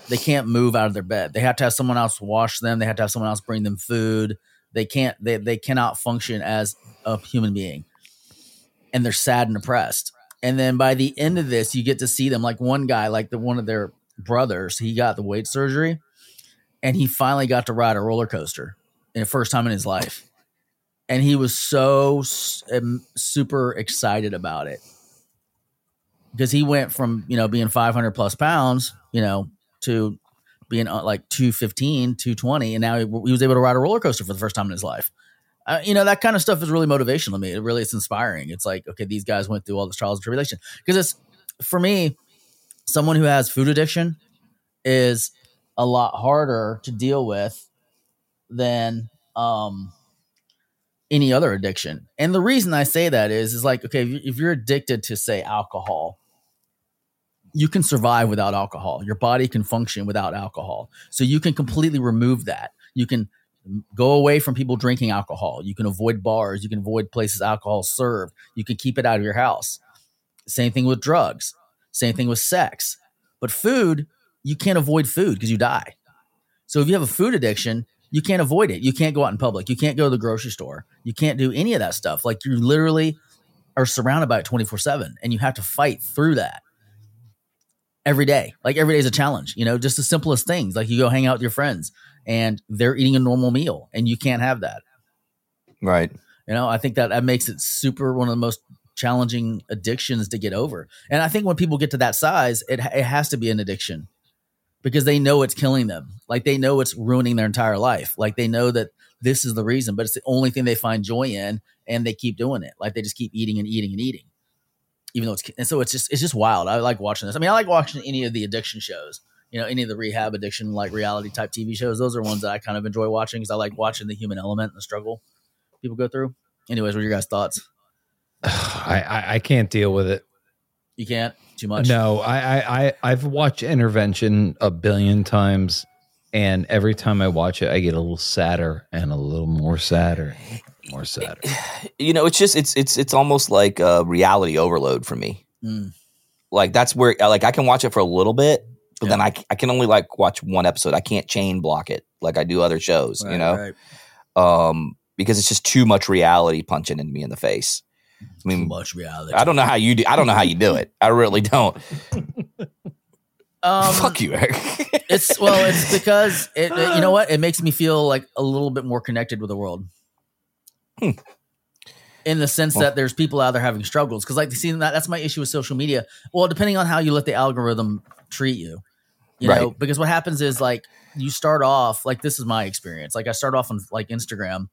[SPEAKER 1] They can't move out of their bed. They have to have someone else wash them. They have to have someone else bring them food. They can't. They they cannot function as a human being, and they're sad and depressed. And then by the end of this, you get to see them like one guy, like the one of their brothers. He got the weight surgery, and he finally got to ride a roller coaster in the first time in his life and he was so s- um, super excited about it because he went from you know being 500 plus pounds you know to being uh, like 215 220 and now he, he was able to ride a roller coaster for the first time in his life uh, you know that kind of stuff is really motivational to me it really is inspiring it's like okay these guys went through all this trials and tribulation because it's for me someone who has food addiction is a lot harder to deal with than um any other addiction. And the reason I say that is is like okay, if you- if you're addicted to say alcohol, you can survive without alcohol. Your body can function without alcohol. So you can completely remove that. You can go away from people drinking alcohol. You can avoid bars, you can avoid places alcohol is served. You can keep it out of your house. Same thing with drugs. Same thing with sex. But food, you can't avoid food because you die. So if you have a food addiction, you can't avoid it. You can't go out in public. You can't go to the grocery store. You can't do any of that stuff. Like you literally are surrounded by it 24 7 and you have to fight through that every day. Like every day is a challenge, you know, just the simplest things. Like you go hang out with your friends and they're eating a normal meal and you can't have that.
[SPEAKER 2] Right.
[SPEAKER 1] You know, I think that that makes it super one of the most challenging addictions to get over. And I think when people get to that size, it ha- it has to be an addiction because they know it's killing them. Like they know it's ruining their entire life. Like they know that this is the reason, but it's the only thing they find joy in, and they keep doing it. Like they just keep eating and eating and eating, even though it's ki- and so it's just it's just wild. I like watching this. I mean, I like watching any of the addiction shows. You know, any of the rehab addiction like reality type TV shows. Those are ones that I kind of enjoy watching because I like watching the human element and the struggle people go through. Anyways, what are your guys' thoughts?
[SPEAKER 3] I, I, I can't deal with it.
[SPEAKER 1] You can't too much.
[SPEAKER 3] No, I, I, I I've watched Intervention a billion times, and every time I watch it, I get a little sadder and a little more sadder, more sadder.
[SPEAKER 2] You know, it's just it's it's it's almost like uh, reality overload for me.
[SPEAKER 1] Mm.
[SPEAKER 2] Like that's where like I can watch it for a little bit, but then I c- I can only like watch one episode. I can't chain block it like I do other shows. you
[SPEAKER 1] Right,
[SPEAKER 2] know.
[SPEAKER 1] right.
[SPEAKER 2] um, because it's just too much reality punching in me in the face. I
[SPEAKER 1] too
[SPEAKER 2] mean,
[SPEAKER 1] much reality.
[SPEAKER 2] I don't know how you do. I don't know how you do it. I really don't.
[SPEAKER 1] Um,
[SPEAKER 2] Fuck you, Eric.
[SPEAKER 1] It's well, it's because it, it- You know what? It makes me feel like a little bit more connected with the world.
[SPEAKER 2] Hmm.
[SPEAKER 1] In the sense
[SPEAKER 2] Well-
[SPEAKER 1] that there's people out there having struggles, because like seeing that that's my issue with social media. Well, depending on how you let the algorithm treat you, you know,
[SPEAKER 2] Right.
[SPEAKER 1] because what happens is like you start off like this is my experience. Like I start off on like Instagram,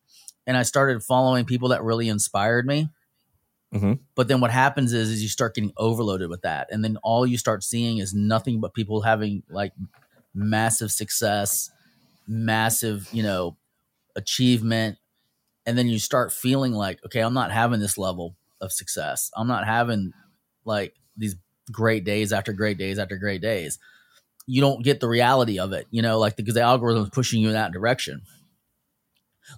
[SPEAKER 1] and I started following people that really inspired me.
[SPEAKER 2] Mhm.
[SPEAKER 1] But then what happens is is you start getting overloaded with that, and then all you start seeing is nothing but people having like massive success, massive, you know, achievement. And then you start feeling like, okay, I'm not having this level of success. I'm not having like these great days after great days after great days. You don't get the reality of it, you know, like because the algorithm is pushing you in that direction.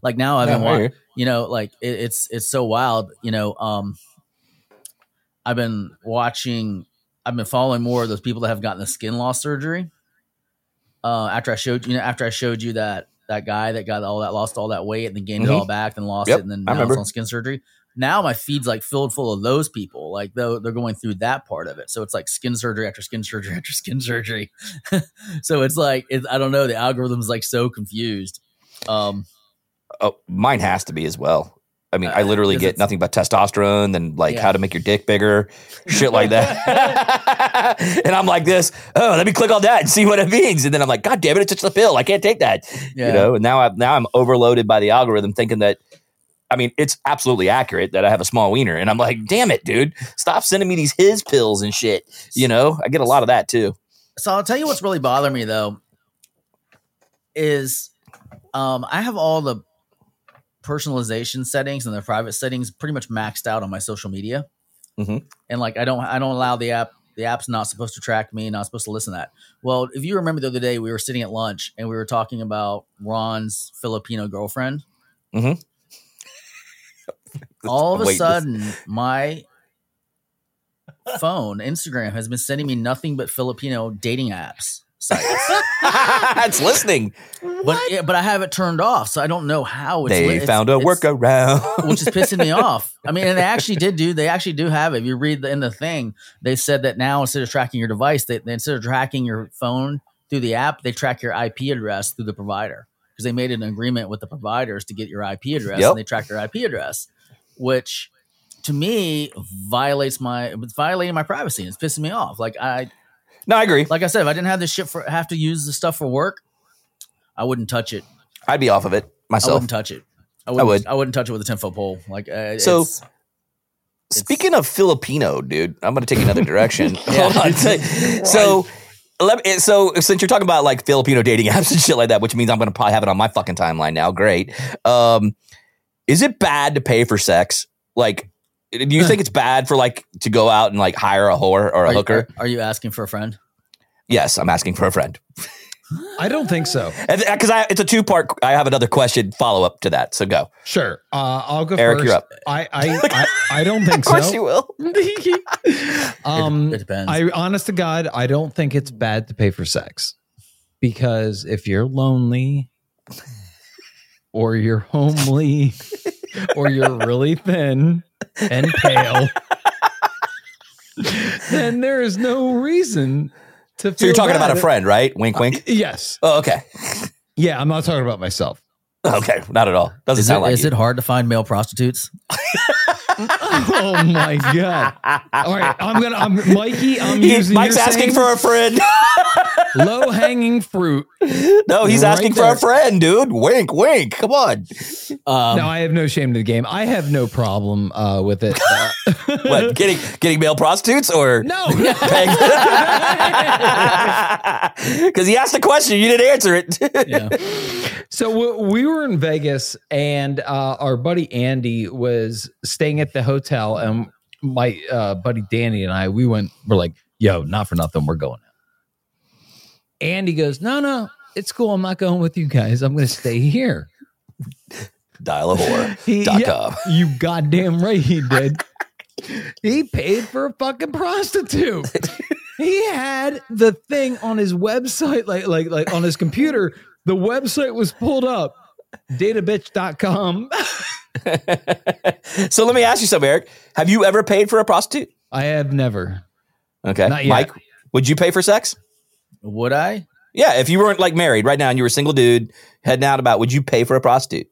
[SPEAKER 1] Like now I've been
[SPEAKER 2] No, I
[SPEAKER 1] watching
[SPEAKER 2] hear
[SPEAKER 1] you know like it, it's it's so wild you know um i've been watching i've been following more of those people that have gotten the skin loss surgery uh after i showed you know after i showed you that that guy that got all that lost all that weight and then gained
[SPEAKER 2] Mhm.
[SPEAKER 1] it all back and lost
[SPEAKER 2] Yep,
[SPEAKER 1] it and then now
[SPEAKER 2] I
[SPEAKER 1] it's
[SPEAKER 2] remember.
[SPEAKER 1] on skin surgery now my feed's like filled full of those people like though they're going through that part of it so it's like skin surgery after skin surgery after skin surgery so it's like it, i don't know the algorithm's like so confused um
[SPEAKER 2] Oh, mine has to be as well. I mean, I literally
[SPEAKER 1] Uh, 'cause
[SPEAKER 2] get
[SPEAKER 1] it's-
[SPEAKER 2] nothing but testosterone, then like
[SPEAKER 1] Yeah.
[SPEAKER 2] how to make your dick bigger, shit like that. and I'm like this. Oh, let me click on that and see what it means. And then I'm like, God damn it, it's just a pill. I can't take that.
[SPEAKER 1] Yeah.
[SPEAKER 2] You know. And now I'm now I'm overloaded by the algorithm, thinking that. I mean, it's absolutely accurate that I have a small wiener, and I'm
[SPEAKER 1] Mm.
[SPEAKER 2] like, damn it, dude, stop sending me these his pills and shit. You know, I get a lot of that too.
[SPEAKER 1] So I'll tell you what's really bothering me though is um, I have all the personalization settings and the private settings pretty much maxed out on my social media,
[SPEAKER 2] Mhm.
[SPEAKER 1] and like I don't I don't allow the app. The app's not supposed to track me, not supposed to listen to that. Well, if you remember the other day, we were sitting at lunch and we were talking about Ron's Filipino girlfriend.
[SPEAKER 2] Mhm.
[SPEAKER 1] All of a
[SPEAKER 2] Wait, this-
[SPEAKER 1] sudden, my phone, Instagram has been sending me nothing but Filipino dating apps. sites.
[SPEAKER 2] it's listening.
[SPEAKER 1] but yeah, but I have it turned off, so I don't know how it's
[SPEAKER 2] they
[SPEAKER 1] li- it's-
[SPEAKER 2] found a
[SPEAKER 1] it's-
[SPEAKER 2] workaround.
[SPEAKER 1] which is pissing me off. I mean, and they actually did do. They actually do have it. If you read the, in the thing, they said that now instead of tracking your device, they, they instead of tracking your phone through the app, they track your IP address through the provider because they made an agreement with the providers to get your IP address,
[SPEAKER 2] Yep.
[SPEAKER 1] and they track your IP address, which to me violates my it's violating my privacy. and It's pissing me off. Like I
[SPEAKER 2] no, I agree.
[SPEAKER 1] like I said, if I didn't have this shit for have to use the stuff for work, I wouldn't touch it.
[SPEAKER 2] I'd be off of it
[SPEAKER 1] I
[SPEAKER 2] myself.
[SPEAKER 1] wouldn't touch it. I wouldn't, I,
[SPEAKER 2] would.
[SPEAKER 1] would. not touch it with a ten foot pole. Like uh,
[SPEAKER 2] So-
[SPEAKER 1] it's-
[SPEAKER 2] Speaking of Filipino, dude, I'm going to take another direction.
[SPEAKER 1] Yeah.
[SPEAKER 2] Hold on. So, let me, so since you're talking about like Filipino dating apps and shit like that, which means I'm going to probably have it on my fucking timeline now. Great. Um, is it bad to pay for sex? Like, do you think it's bad for like to go out and like hire a whore or a
[SPEAKER 1] are you-
[SPEAKER 2] hooker?
[SPEAKER 1] Are, are you asking for a friend?
[SPEAKER 2] yes, I'm asking for a friend.
[SPEAKER 3] I don't think so.
[SPEAKER 2] Because I it's a two part. I have another question follow up to that. So go,
[SPEAKER 3] Sure. Uh, I'll go
[SPEAKER 2] Eric. you
[SPEAKER 3] first.
[SPEAKER 2] You're up.
[SPEAKER 3] I, I, I, I don't think
[SPEAKER 2] Of course you
[SPEAKER 3] so.
[SPEAKER 2] will.
[SPEAKER 3] um,
[SPEAKER 1] it depends.
[SPEAKER 3] I honest to God, I don't think it's bad to pay for sex because if you're lonely or you're homely or you're really thin and pale, then there is no reason to.
[SPEAKER 2] So you're
[SPEAKER 3] feel
[SPEAKER 2] talking about
[SPEAKER 3] bad.
[SPEAKER 2] a friend, right? Wink, wink.
[SPEAKER 3] Yes.
[SPEAKER 2] Oh, okay.
[SPEAKER 3] Yeah, I'm not talking about myself.
[SPEAKER 2] Okay, not at all. Doesn't
[SPEAKER 1] is it,
[SPEAKER 2] sound like
[SPEAKER 1] is
[SPEAKER 2] you.
[SPEAKER 1] it hard to find male prostitutes?
[SPEAKER 3] oh my god! All right, I'm gonna. I'm Mikey. I'm
[SPEAKER 2] He-
[SPEAKER 3] using.
[SPEAKER 2] Mike's
[SPEAKER 3] your
[SPEAKER 2] asking
[SPEAKER 3] saying,
[SPEAKER 2] for a friend.
[SPEAKER 3] low hanging fruit.
[SPEAKER 2] no, he's
[SPEAKER 3] Right
[SPEAKER 2] asking
[SPEAKER 3] there.
[SPEAKER 2] for a friend, dude. Wink, wink. Come on. Um,
[SPEAKER 3] no, I have no shame to the game. I have no problem uh, with it. Uh,
[SPEAKER 2] what? Getting getting male prostitutes or
[SPEAKER 3] no,
[SPEAKER 2] Because he asked a question, you didn't answer it.
[SPEAKER 1] Yeah.
[SPEAKER 3] So w- we were in Vegas, and uh, our buddy Andy was staying at the hotel, and my uh, buddy Danny and I, we went. We're like, "Yo, not for nothing, we're going out." Andy goes, "No, no, it's cool. I'm not going with you guys. I'm going to stay here."
[SPEAKER 2] Dial a whore.
[SPEAKER 3] He,
[SPEAKER 2] Dot
[SPEAKER 3] yeah,
[SPEAKER 2] com.
[SPEAKER 3] You goddamn right he did. he paid for a fucking prostitute. he had the thing on his website, like like like on his computer. The website was pulled up. Databitch.com.
[SPEAKER 2] so let me ask you something, Eric. Have you ever paid for a prostitute?
[SPEAKER 3] I have never.
[SPEAKER 2] Okay,
[SPEAKER 3] Not yet.
[SPEAKER 2] Mike, would you pay for sex?
[SPEAKER 1] Would I?
[SPEAKER 2] Yeah, if you weren't like married right now and you were a single dude heading out about, would you pay for a prostitute?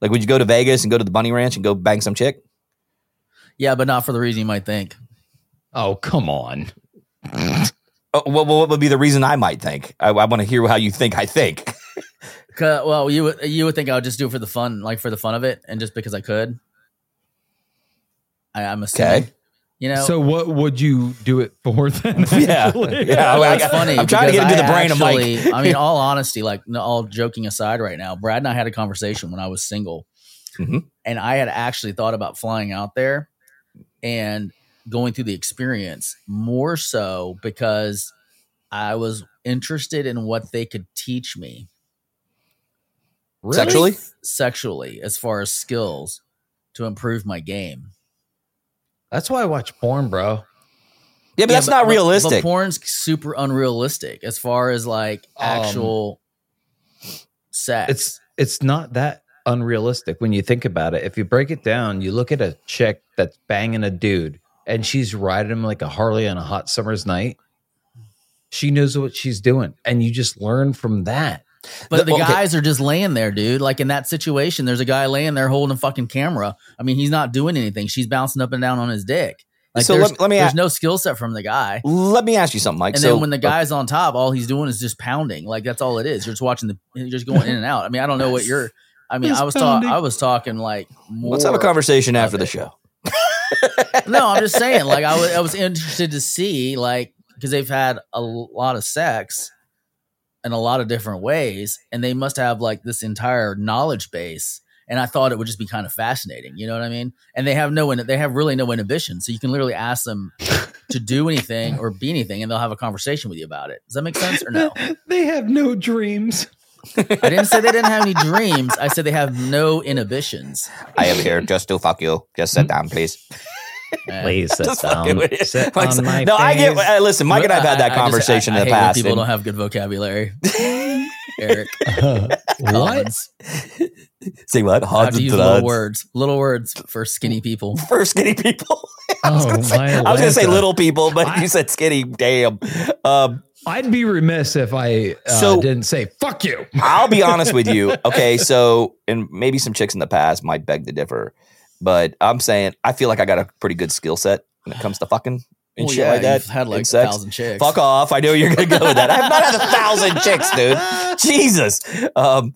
[SPEAKER 2] Like, would you go to Vegas and go to the Bunny Ranch and go bang some chick?
[SPEAKER 1] Yeah, but not for the reason you might think.
[SPEAKER 3] Oh, come on.
[SPEAKER 2] Oh, well, what would be the reason I might think? I, I want to hear how you think. I think.
[SPEAKER 1] 'Cause- Well, you would you would think I would just do it for the fun, like for the fun of it, and just because I could. I, I'm assuming.
[SPEAKER 2] Okay.
[SPEAKER 1] You know.
[SPEAKER 3] So what would you do it for then?
[SPEAKER 2] Yeah.
[SPEAKER 3] actually?
[SPEAKER 2] Yeah.
[SPEAKER 1] Well,
[SPEAKER 2] I-
[SPEAKER 1] it's
[SPEAKER 2] I-
[SPEAKER 1] funny.
[SPEAKER 2] I'm trying to get
[SPEAKER 1] because
[SPEAKER 2] into the
[SPEAKER 1] I
[SPEAKER 2] brain of Mike.
[SPEAKER 1] actually, I mean, all honesty, like no, all joking aside, right now, Brad and I had a conversation when I was single,
[SPEAKER 2] Mhm.
[SPEAKER 1] and I had actually thought about flying out there and going through the experience more so because I was interested in what they could teach me
[SPEAKER 3] Really?
[SPEAKER 2] Sexually?
[SPEAKER 1] sexually, as far as skills to improve my game.
[SPEAKER 3] That's why I watch porn, bro.
[SPEAKER 2] Yeah, but
[SPEAKER 1] Yeah,
[SPEAKER 2] that's not
[SPEAKER 1] but- But
[SPEAKER 2] realistic.
[SPEAKER 1] porn's super unrealistic as far as like
[SPEAKER 3] Um,
[SPEAKER 1] actual sex.
[SPEAKER 3] it's it's not that unrealistic when you think about it. If you break it down, you look at a chick that's banging a dude and she's riding him like a Harley on a hot summer's night. She knows what she's doing, and you just learn from that.
[SPEAKER 1] But the,
[SPEAKER 2] The- okay.
[SPEAKER 1] guys are just laying there, dude. Like in that situation, there's a guy laying there holding a fucking camera. I mean, he's not doing anything. She's bouncing up and down on his dick. Like
[SPEAKER 2] So
[SPEAKER 1] there's,
[SPEAKER 2] let- let me
[SPEAKER 1] there's
[SPEAKER 2] a-
[SPEAKER 1] no skill set from the guy.
[SPEAKER 2] Let me ask you something, Mike.
[SPEAKER 1] And
[SPEAKER 2] so
[SPEAKER 1] then when the guy's on top, all he's doing is just pounding. Like that's all it is. You're just watching the you're just going in and out. I mean, I don't know what you're I mean, I was talking I was talking like more
[SPEAKER 2] let's have a conversation after the
[SPEAKER 1] it.
[SPEAKER 2] show.
[SPEAKER 1] no, I'm just saying. Like I was, I was interested to see, like, because they've had a lot of sex in a lot of different ways, and they must have like this entire knowledge base. And I thought it would just be kind of fascinating. You know what I mean? And they have no, in- they have really no inhibition, so you can literally ask them to do anything or be anything, and they'll have a conversation with you about it. Does that make sense or no?
[SPEAKER 3] They have no dreams.
[SPEAKER 1] I didn't say they didn't have any dreams. I said they have no inhibitions.
[SPEAKER 2] I am here just to fuck you. Just sit down, please.
[SPEAKER 1] Eh.
[SPEAKER 6] Please sit
[SPEAKER 2] Just fucking
[SPEAKER 6] down.
[SPEAKER 2] with it.
[SPEAKER 6] Sit
[SPEAKER 2] Like,
[SPEAKER 6] on my
[SPEAKER 2] no, I get.
[SPEAKER 6] face.
[SPEAKER 2] Uh, listen, Mike and I've had
[SPEAKER 1] I-
[SPEAKER 2] that
[SPEAKER 1] I just-
[SPEAKER 2] conversation
[SPEAKER 1] I- I
[SPEAKER 2] in the
[SPEAKER 1] hate when
[SPEAKER 2] past.
[SPEAKER 1] People
[SPEAKER 2] and-
[SPEAKER 1] don't have good vocabulary. Eric,
[SPEAKER 3] What?
[SPEAKER 2] Say what?
[SPEAKER 1] I have
[SPEAKER 2] Hugs
[SPEAKER 1] to
[SPEAKER 2] and
[SPEAKER 1] use little
[SPEAKER 2] thuds
[SPEAKER 1] words, little words for skinny people.
[SPEAKER 2] for skinny people.
[SPEAKER 3] Oh, my
[SPEAKER 2] I was gonna say
[SPEAKER 3] Atlanta.
[SPEAKER 2] little people, but
[SPEAKER 3] I-
[SPEAKER 2] you said skinny. Damn. Um,
[SPEAKER 3] I'd be remiss if I uh,
[SPEAKER 2] So-
[SPEAKER 3] didn't say fuck you.
[SPEAKER 2] I'll be honest with you. Okay, so and maybe some chicks in the past might beg to differ, but I'm saying I feel like I got a pretty good skill set when it comes to fucking and
[SPEAKER 1] Well,
[SPEAKER 2] shit
[SPEAKER 1] yeah,
[SPEAKER 2] like that.
[SPEAKER 1] you've had like
[SPEAKER 2] and
[SPEAKER 1] a
[SPEAKER 2] sex.
[SPEAKER 1] thousand chicks.
[SPEAKER 2] Fuck off! I know you're gonna go with that. I've not had a thousand chicks, dude. Jesus. Um,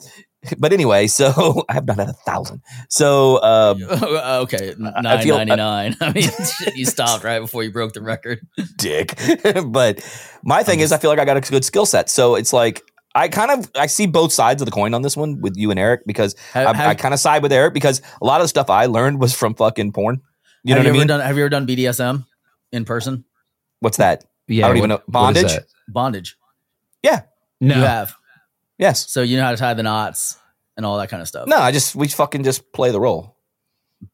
[SPEAKER 2] but anyway, so I have not had a thousand. So um,
[SPEAKER 1] Oh, uh, okay,
[SPEAKER 2] I
[SPEAKER 1] nine
[SPEAKER 2] feel- uh,
[SPEAKER 1] ninety nine. I mean, shit, you stopped right before you broke the record.
[SPEAKER 2] dick. but my thing is, I feel like I got a good skill set. So it's like I kind of I see both sides of the coin on this one with you and Eric because
[SPEAKER 1] Have,
[SPEAKER 2] I,
[SPEAKER 1] have-
[SPEAKER 2] I kind of side with Eric because a lot of the stuff I learned was from fucking porn. You know
[SPEAKER 1] have
[SPEAKER 2] what I
[SPEAKER 1] ever
[SPEAKER 2] mean?
[SPEAKER 1] Done, have you ever done BDSM in person?
[SPEAKER 2] What's that?
[SPEAKER 3] Yeah,
[SPEAKER 2] I don't even know.
[SPEAKER 3] what is
[SPEAKER 2] Bondage?
[SPEAKER 3] that?
[SPEAKER 1] Bondage.
[SPEAKER 3] No,
[SPEAKER 1] You have,
[SPEAKER 2] Yes.
[SPEAKER 1] so you know how to tie the knots and all that kind of stuff.
[SPEAKER 2] No, I just we fucking just play the role.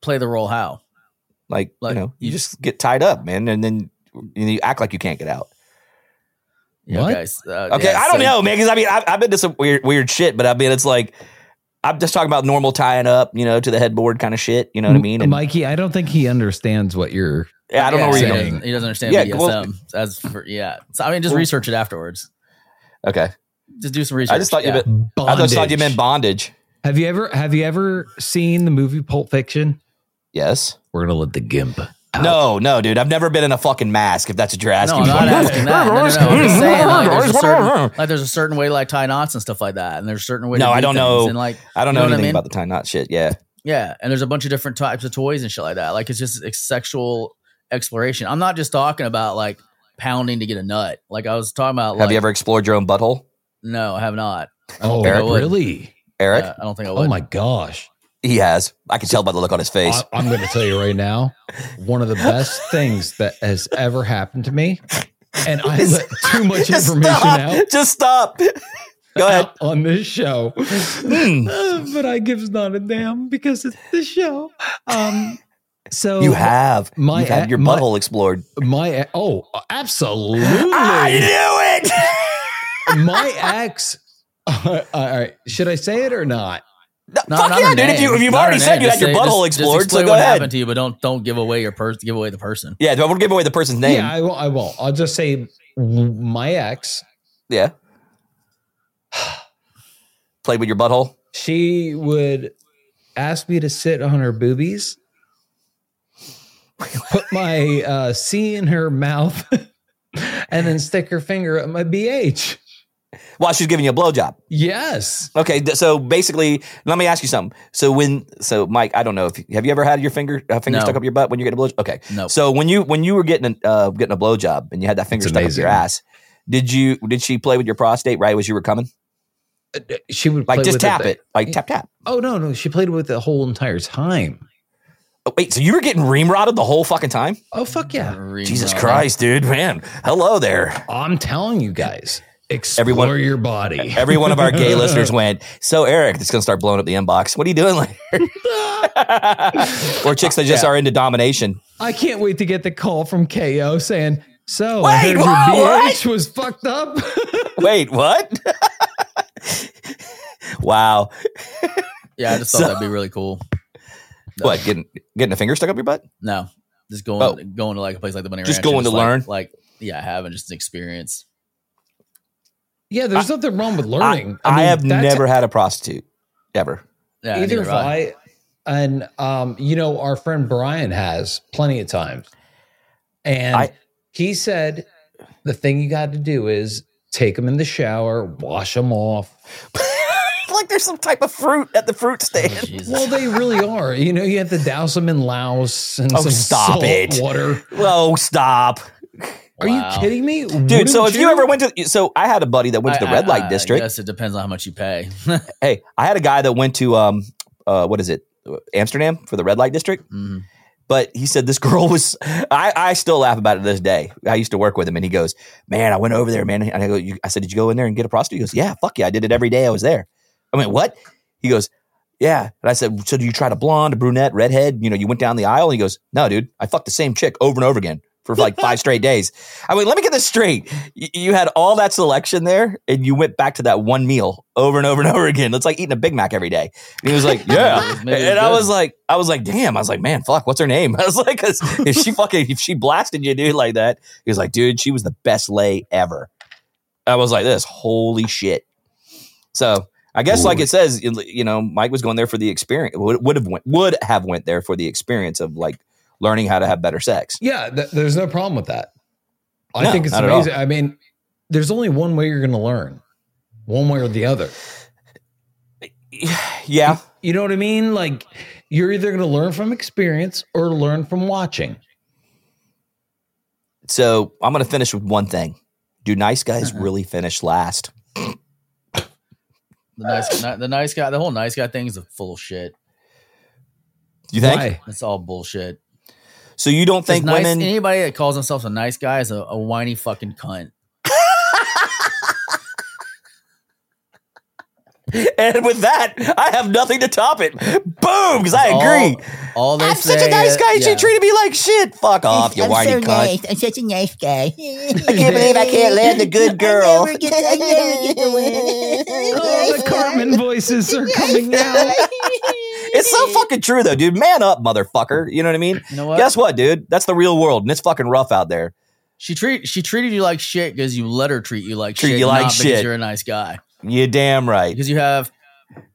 [SPEAKER 1] Play the role. How?
[SPEAKER 2] Like, you
[SPEAKER 1] Like-
[SPEAKER 2] know, you just get tied up, man, and then you act like you can't get out.
[SPEAKER 3] What?
[SPEAKER 1] Okay, so, uh,
[SPEAKER 2] Okay,
[SPEAKER 1] yeah,
[SPEAKER 2] I don't
[SPEAKER 1] so-
[SPEAKER 2] know, man. Because I mean, I've, I've been to some weird, weird shit, but I mean, it's like I'm just talking about normal tying up, you know, to the headboard kind of shit. You know what I mean? And
[SPEAKER 3] Mikey. I don't think he understands what you're.
[SPEAKER 2] yeah, I don't know where
[SPEAKER 1] he
[SPEAKER 2] you're
[SPEAKER 3] so-
[SPEAKER 2] going.
[SPEAKER 1] doesn't, he doesn't understand
[SPEAKER 2] Yeah,
[SPEAKER 1] BDSM.
[SPEAKER 2] well-
[SPEAKER 1] That's for, yeah. So I mean, just
[SPEAKER 2] Well-
[SPEAKER 1] research it afterwards.
[SPEAKER 2] Okay,
[SPEAKER 1] Just do some research.
[SPEAKER 2] I just thought
[SPEAKER 1] yeah.
[SPEAKER 2] you meant. I just thought you meant bondage.
[SPEAKER 3] Have you ever have you ever seen the movie Pulp Fiction?
[SPEAKER 2] Yes.
[SPEAKER 6] We're gonna let the gimp.
[SPEAKER 2] No, no, dude. I've never been in a fucking mask. If that's what you're
[SPEAKER 1] No,
[SPEAKER 2] asking.
[SPEAKER 1] I'm
[SPEAKER 2] me.
[SPEAKER 1] not asking that. No, no, no. I'm just saying, like, there's a certain, like, there's a certain way, like tie knots and stuff like that, and there's a certain way.
[SPEAKER 2] No,
[SPEAKER 1] to do
[SPEAKER 2] I don't
[SPEAKER 1] things,
[SPEAKER 2] know.
[SPEAKER 1] And like,
[SPEAKER 2] I don't
[SPEAKER 1] You know
[SPEAKER 2] know,
[SPEAKER 1] what I
[SPEAKER 2] anything
[SPEAKER 1] mean?
[SPEAKER 2] about the tie knot shit. Yeah.
[SPEAKER 1] yeah, and there's a bunch of different types of toys and shit like that. Like, it's just it's sexual exploration. I'm not just talking about like pounding to get a nut. Like I was talking about.
[SPEAKER 2] Have
[SPEAKER 1] like,
[SPEAKER 2] you ever explored your own butthole,
[SPEAKER 1] No, I have not.
[SPEAKER 3] Oh,
[SPEAKER 1] Eric, would.
[SPEAKER 3] really?
[SPEAKER 2] Eric?
[SPEAKER 1] Yeah, I don't think I would.
[SPEAKER 3] Oh my gosh!
[SPEAKER 2] He has. I can tell by the look on his face.
[SPEAKER 3] I, I'm going to tell you right now, one of the best things that has ever happened to me, and I let too much
[SPEAKER 2] Just
[SPEAKER 3] information
[SPEAKER 2] stop.
[SPEAKER 3] out,
[SPEAKER 2] Just stop. Go ahead.
[SPEAKER 3] out on this show.
[SPEAKER 1] Hmm.
[SPEAKER 2] Mm.
[SPEAKER 3] Uh, but I gives not a damn because it's the show. Um, so
[SPEAKER 2] You have.
[SPEAKER 3] my-
[SPEAKER 2] You've
[SPEAKER 1] e-
[SPEAKER 2] had your
[SPEAKER 3] my-
[SPEAKER 2] butthole explored.
[SPEAKER 3] my oh absolutely
[SPEAKER 2] I knew it.
[SPEAKER 3] my ex. all right, should I say it or not?
[SPEAKER 2] No,
[SPEAKER 1] No,
[SPEAKER 2] fuck
[SPEAKER 1] not
[SPEAKER 2] yeah,
[SPEAKER 1] her
[SPEAKER 2] dude. If, you,
[SPEAKER 1] name.
[SPEAKER 2] if you've
[SPEAKER 1] Not her
[SPEAKER 2] already said
[SPEAKER 1] name.
[SPEAKER 2] you
[SPEAKER 1] Just
[SPEAKER 2] had your
[SPEAKER 1] say- just-
[SPEAKER 2] butthole
[SPEAKER 1] just
[SPEAKER 2] explored, so
[SPEAKER 1] explain
[SPEAKER 2] go
[SPEAKER 1] what
[SPEAKER 2] ahead.
[SPEAKER 1] happened to you, but don't don't give away your person. Give away the person.
[SPEAKER 2] Yeah, but we'll give away the person's name.
[SPEAKER 3] Yeah, I won't. I won't. I'll just say my ex.
[SPEAKER 2] yeah. Played with your butthole.
[SPEAKER 3] She would ask me to sit on her boobies, put my uh, C in her mouth, and then stick her finger at my BH.
[SPEAKER 2] While she's giving you a blowjob.
[SPEAKER 3] Yes.
[SPEAKER 2] Okay, th- so basically, let me ask you something. So when, so Mike, I don't know if have you ever had your finger uh, finger
[SPEAKER 1] No.
[SPEAKER 2] stuck up your butt when you get a blowjob? Okay,
[SPEAKER 1] Nope.
[SPEAKER 2] So when you when you were getting a uh, getting a blowjob and you had that finger
[SPEAKER 3] It's
[SPEAKER 2] stuck
[SPEAKER 3] amazing.
[SPEAKER 2] up your ass, did you did she play with your prostate right as you were coming?
[SPEAKER 3] She would
[SPEAKER 2] Like
[SPEAKER 3] play
[SPEAKER 2] just
[SPEAKER 3] with
[SPEAKER 2] tap
[SPEAKER 3] the-
[SPEAKER 2] it, like tap tap.
[SPEAKER 3] Oh no, no, she played with it the whole entire time.
[SPEAKER 2] Oh, wait, so you were getting ream rotted the whole fucking time?
[SPEAKER 3] Oh fuck yeah!
[SPEAKER 1] Ream
[SPEAKER 2] Jesus
[SPEAKER 1] rod.
[SPEAKER 2] Christ, dude, man. Hello there.
[SPEAKER 3] I'm telling you guys, explore
[SPEAKER 2] Everyone-
[SPEAKER 3] your body.
[SPEAKER 2] Every one of our gay listeners went. So Eric, it's gonna start blowing up the inbox. What are you doing later? or chicks that just are into domination.
[SPEAKER 3] I can't wait to get the call from KO saying, "So
[SPEAKER 2] Wait,
[SPEAKER 3] I heard
[SPEAKER 2] whoa,
[SPEAKER 3] your
[SPEAKER 2] what?
[SPEAKER 3] BH was fucked up."
[SPEAKER 2] Wait, what? wow.
[SPEAKER 1] Yeah, I just thought
[SPEAKER 2] So-
[SPEAKER 1] that'd be really cool. No.
[SPEAKER 2] What getting getting a finger stuck up your butt?
[SPEAKER 1] No, just going
[SPEAKER 2] Oh.
[SPEAKER 1] going to like a place like the Bunny
[SPEAKER 2] Just
[SPEAKER 1] Ranch.
[SPEAKER 2] going
[SPEAKER 1] and
[SPEAKER 2] to
[SPEAKER 1] like-
[SPEAKER 2] learn?
[SPEAKER 1] like yeah, having just an experience.
[SPEAKER 3] Yeah, there's nothing wrong with learning.
[SPEAKER 2] I, I
[SPEAKER 3] mean,
[SPEAKER 2] have
[SPEAKER 3] that's-
[SPEAKER 2] never had a prostitute ever.
[SPEAKER 1] Yeah,
[SPEAKER 3] either
[SPEAKER 1] neither
[SPEAKER 3] of
[SPEAKER 1] have I.
[SPEAKER 3] I. And um, you know, our friend Brian has plenty of times, and
[SPEAKER 2] I-
[SPEAKER 3] he said the thing you got to do is take them in the shower, wash them off.
[SPEAKER 2] like there's some type of fruit at the fruit
[SPEAKER 1] Oh,
[SPEAKER 2] stand.
[SPEAKER 1] Jesus.
[SPEAKER 3] Well, they really are. You know, you have to douse them in louse and
[SPEAKER 2] Oh,
[SPEAKER 3] some
[SPEAKER 2] stop
[SPEAKER 3] salt
[SPEAKER 2] it.
[SPEAKER 3] water.
[SPEAKER 2] Oh, stop.
[SPEAKER 3] Are
[SPEAKER 1] Wow.
[SPEAKER 3] you kidding me,
[SPEAKER 2] Dude, so if you ever went to so I had a buddy that went to the
[SPEAKER 1] I-
[SPEAKER 2] red
[SPEAKER 1] I-
[SPEAKER 2] light
[SPEAKER 1] I
[SPEAKER 2] district.
[SPEAKER 1] guess it depends on how much you pay.
[SPEAKER 2] Hey, I had a guy that went to um uh what is it? Amsterdam for the red light district.
[SPEAKER 1] Mhm.
[SPEAKER 2] But he said this girl was. I, I still laugh about it to this day. I used to work with him, and he goes, "Man, I went over there, man." And I go, you, "I said, did you go in there and get a prostitute?" He goes, "Yeah, fuck yeah, I did it every day I was there." I went, "What?" He goes, "Yeah." And I said, "So do you try to blonde, a brunette, redhead? You know, you went down the aisle?" And he goes, "No, dude, I fucked the same chick over and over again for like five straight days." I went, "Let me get this straight. You, you had all that selection there, and you went back to that one meal over and over and over again. It's like eating a Big Mac every day." And he was like, "Yeah."
[SPEAKER 1] Maybe it's
[SPEAKER 2] and I
[SPEAKER 1] good.
[SPEAKER 2] was like, I was like, damn. I was like, man, fuck, what's her name? I was like, 'cause if she fucking, if she blasted you, dude, like that, he was like, dude, she was the best lay ever. I was like, this, holy shit. So I guess, like it says, you know, Mike was going there for the experience. Would, would have went, would have went there for the experience of like learning how to have better sex.
[SPEAKER 3] Yeah, th- there's no problem with that. I
[SPEAKER 2] No,
[SPEAKER 3] think it's
[SPEAKER 2] not at all.
[SPEAKER 3] amazing. I mean, there's only one way you're going to learn, one way or the other.
[SPEAKER 2] Yeah,
[SPEAKER 3] You know what I mean? Like, you're either going to learn from experience or learn from watching.
[SPEAKER 2] So I'm going to finish with one thing. Do nice guys
[SPEAKER 1] Uh-huh.
[SPEAKER 2] really finish last?
[SPEAKER 1] the nice, ni- the nice guy, the whole nice guy thing is full of shit.
[SPEAKER 2] You think?
[SPEAKER 3] Why?
[SPEAKER 1] It's all bullshit.
[SPEAKER 2] So you don't think
[SPEAKER 1] It's nice,
[SPEAKER 2] women?
[SPEAKER 1] anybody that calls themselves a nice guy is a, a whiny fucking cunt.
[SPEAKER 2] And with that, I have nothing to top it. Boom, because I agree.
[SPEAKER 1] All, all they
[SPEAKER 2] I'm such a
[SPEAKER 1] say
[SPEAKER 2] nice
[SPEAKER 1] is-
[SPEAKER 2] guy. and She
[SPEAKER 1] yeah.
[SPEAKER 2] treated me like shit. Fuck off, you
[SPEAKER 6] I'm
[SPEAKER 2] whiny
[SPEAKER 6] so
[SPEAKER 2] cunt.
[SPEAKER 6] nice. I'm such a nice guy.
[SPEAKER 2] I can't believe I can't land a good girl.
[SPEAKER 6] I never get, I never get to
[SPEAKER 3] Oh, the Cartman voices are coming out.
[SPEAKER 2] It's so fucking true though, dude. Man up, motherfucker. You know what I mean?
[SPEAKER 1] You know what?
[SPEAKER 2] Guess what, dude? That's the real world, and it's fucking rough out there.
[SPEAKER 1] She treat she treated you like shit because you let her treat you like
[SPEAKER 2] Treat
[SPEAKER 1] shit.
[SPEAKER 2] you like
[SPEAKER 1] not
[SPEAKER 2] shit.
[SPEAKER 1] because you're a nice guy.
[SPEAKER 2] You damn right.
[SPEAKER 1] Because you have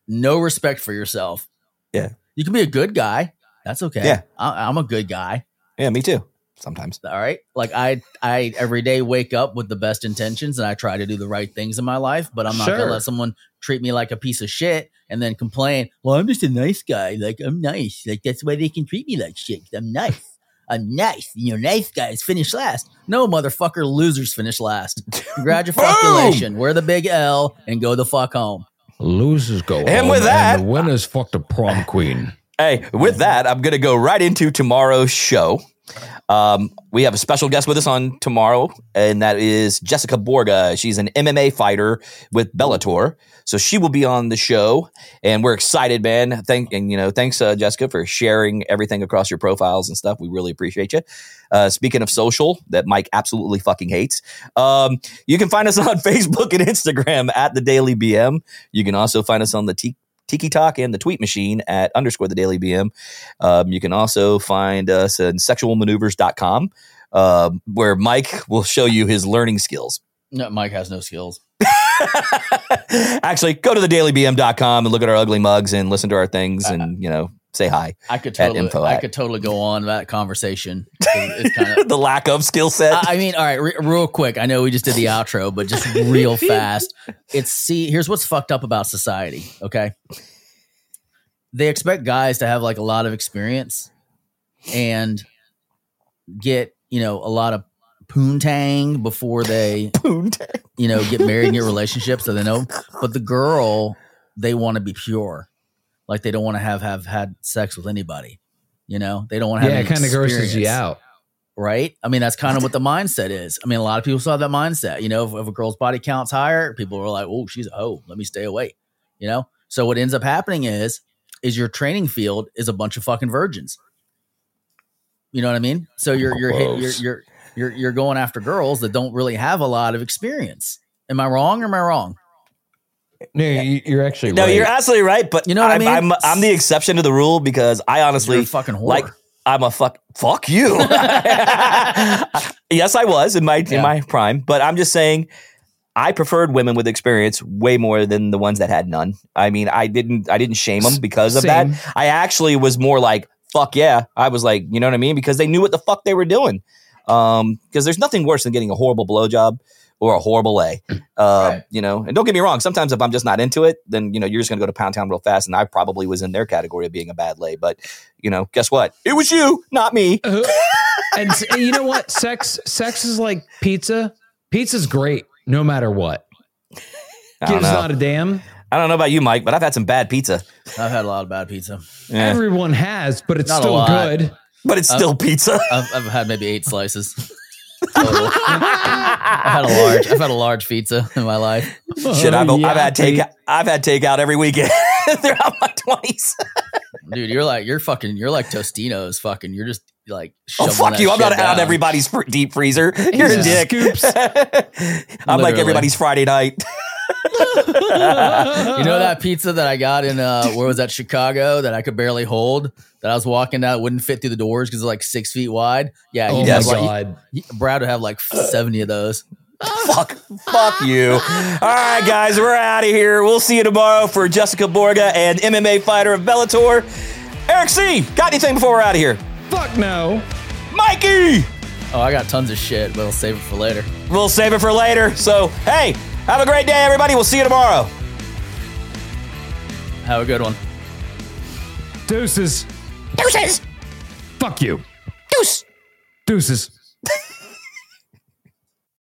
[SPEAKER 1] no respect for yourself.
[SPEAKER 2] Yeah.
[SPEAKER 1] You can be a good guy. That's okay.
[SPEAKER 2] Yeah.
[SPEAKER 1] I, I'm a good guy.
[SPEAKER 2] Yeah, me too. Sometimes.
[SPEAKER 1] All right. Like I I every day wake up with the best intentions and I try to do the right things in my life, but I'm not
[SPEAKER 3] Sure.
[SPEAKER 1] gonna let someone treat me like a piece of shit and then complain, well, I'm just a nice guy. Like I'm nice. Like that's why they can treat me like shit. 'cause I'm nice. I'm nice. You know, nice guys finish last. No, motherfucker, losers finish last. Congratulations. We're the big L and go the fuck home.
[SPEAKER 4] Losers go.
[SPEAKER 2] And with that-
[SPEAKER 4] the winners fuck the prom queen.
[SPEAKER 2] Hey, with that, I'm going to go right into tomorrow's show. Um, we have a special guest with us on tomorrow, and that is Jessica Borga. She's an MMA fighter with Bellator, so she will be on the show, and we're excited, man. Thank and you know, thanks, uh, Jessica, for sharing everything across your profiles and stuff. We really appreciate you. Uh, speaking of social, that Mike absolutely fucking hates, um, you can find us on Facebook and Instagram at the Daily BM. You can also find us on the T- Tiki Talk and the Tweet Machine at underscore the Daily BM. Um, you can also find us at sexualmaneuvers.com, uh, where Mike will show you his learning skills.
[SPEAKER 1] No, Mike has no skills.
[SPEAKER 2] Actually, go to the dailybm.com and look at our ugly mugs and listen to our things and, you know, say hi.
[SPEAKER 1] I could
[SPEAKER 2] At
[SPEAKER 1] totally
[SPEAKER 2] info
[SPEAKER 1] I
[SPEAKER 2] at-
[SPEAKER 1] could totally go on that conversation. It- it's kinda-
[SPEAKER 2] the lack of skill set.
[SPEAKER 1] I I mean, all right, re- real quick. I know we just did the outro, but just real fast. It's see, here's what's fucked up about society. Okay, they expect guys to have like a lot of experience and get you know a lot of poontang before they you know get married and get relationships. So they know, but the girl they want to be pure, like they don't want to have have had sex with anybody. You know, they don't want to have.
[SPEAKER 3] Yeah, it
[SPEAKER 1] any
[SPEAKER 3] kind of grosses you
[SPEAKER 1] experience
[SPEAKER 3] out.
[SPEAKER 1] right? I mean, that's kind of what the mindset is. I mean, a lot of people still have that mindset. You know, if, if a girl's body count's higher, people are like, "Oh, she's a hoe. Let me stay away." You know. So what ends up happening is, is your training field is a bunch of fucking virgins. You know what I mean? So you're you're hit, you're,
[SPEAKER 4] Gross.
[SPEAKER 1] you're you're you're going after girls that don't really have a lot of experience. Am I wrong or am I wrong?
[SPEAKER 3] No, you- you're actually
[SPEAKER 2] no,
[SPEAKER 3] right.
[SPEAKER 2] you're absolutely right, but
[SPEAKER 1] You know what I
[SPEAKER 2] I'm,
[SPEAKER 1] mean?
[SPEAKER 2] I'm, I'm the exception to the rule because I
[SPEAKER 1] 'Cause You're a
[SPEAKER 2] honestly
[SPEAKER 1] fucking whore.
[SPEAKER 2] like I'm a fuck fuck you. yes, I was in my
[SPEAKER 1] Yeah.
[SPEAKER 2] in my prime, but I'm just saying I preferred women with experience way more than the ones that had none. I mean, I didn't I didn't shame them because of that.
[SPEAKER 3] Same.
[SPEAKER 2] I actually was more like, fuck yeah. I was like, you know what I mean? Because they knew what the fuck they were doing. Um, because there's nothing worse than getting a horrible blowjob or a horrible A. Uh, you know, and don't get me wrong, sometimes if I'm just not into it, then you know, you're just gonna go to pound town real fast. And I probably was in their category of being a bad lay, but you know, guess what? It was you, not me.
[SPEAKER 3] Uh, and s- and you know what? Sex sex is like pizza. Pizza's great no matter what.
[SPEAKER 2] I don't
[SPEAKER 3] Gives
[SPEAKER 2] know.
[SPEAKER 3] not a damn.
[SPEAKER 2] I don't know about you, Mike, but I've had some bad pizza.
[SPEAKER 1] I've had a lot of bad pizza.
[SPEAKER 2] Yeah.
[SPEAKER 3] Everyone has, but it's
[SPEAKER 1] Not a
[SPEAKER 3] still
[SPEAKER 1] lot.
[SPEAKER 3] good.
[SPEAKER 2] but it's
[SPEAKER 1] Uh,
[SPEAKER 2] still pizza.
[SPEAKER 1] I've, I've had maybe eight slices. total. I've had a large. I've had a large pizza in my life.
[SPEAKER 2] Shit,
[SPEAKER 3] Oh,
[SPEAKER 2] I've,
[SPEAKER 3] yeah,
[SPEAKER 2] I've had
[SPEAKER 3] dude.
[SPEAKER 2] take I've had takeout every weekend throughout my twenties.
[SPEAKER 1] Dude, you're like you're fucking. You're like Tostino's. Fucking. You're just like.
[SPEAKER 2] Oh
[SPEAKER 1] shoveling
[SPEAKER 2] fuck
[SPEAKER 1] that
[SPEAKER 2] you! I'm
[SPEAKER 1] shit
[SPEAKER 2] not out
[SPEAKER 1] down.
[SPEAKER 2] of everybody's fr- deep freezer. You're a
[SPEAKER 3] just
[SPEAKER 2] dick.
[SPEAKER 3] scoops.
[SPEAKER 2] I'm like
[SPEAKER 1] Literally.
[SPEAKER 2] everybody's Friday night.
[SPEAKER 1] You know that pizza that I got in uh where was that Chicago that I could barely hold that I was walking out wouldn't fit through the doors because it's like six feet wide. Yeah,
[SPEAKER 3] Oh
[SPEAKER 1] he'd
[SPEAKER 2] Yes.
[SPEAKER 1] have
[SPEAKER 3] my
[SPEAKER 1] like-
[SPEAKER 3] god.
[SPEAKER 1] he- Brad would have like seventy of those.
[SPEAKER 2] fuck, fuck you. All right, guys, we're out of here. We'll see you tomorrow for Jessica Borga and MMA fighter of Bellator. Eric C. Got anything before we're out of here?
[SPEAKER 3] Fuck no.
[SPEAKER 2] Mikey.
[SPEAKER 1] Oh, I got tons of shit, but I'll save it for later.
[SPEAKER 2] We'll save it for later. So hey, have a great day, everybody. We'll see you tomorrow.
[SPEAKER 1] Have a good one.
[SPEAKER 3] Deuces.
[SPEAKER 6] Deuces!
[SPEAKER 3] Fuck you.
[SPEAKER 6] Deuce!
[SPEAKER 3] Deuces.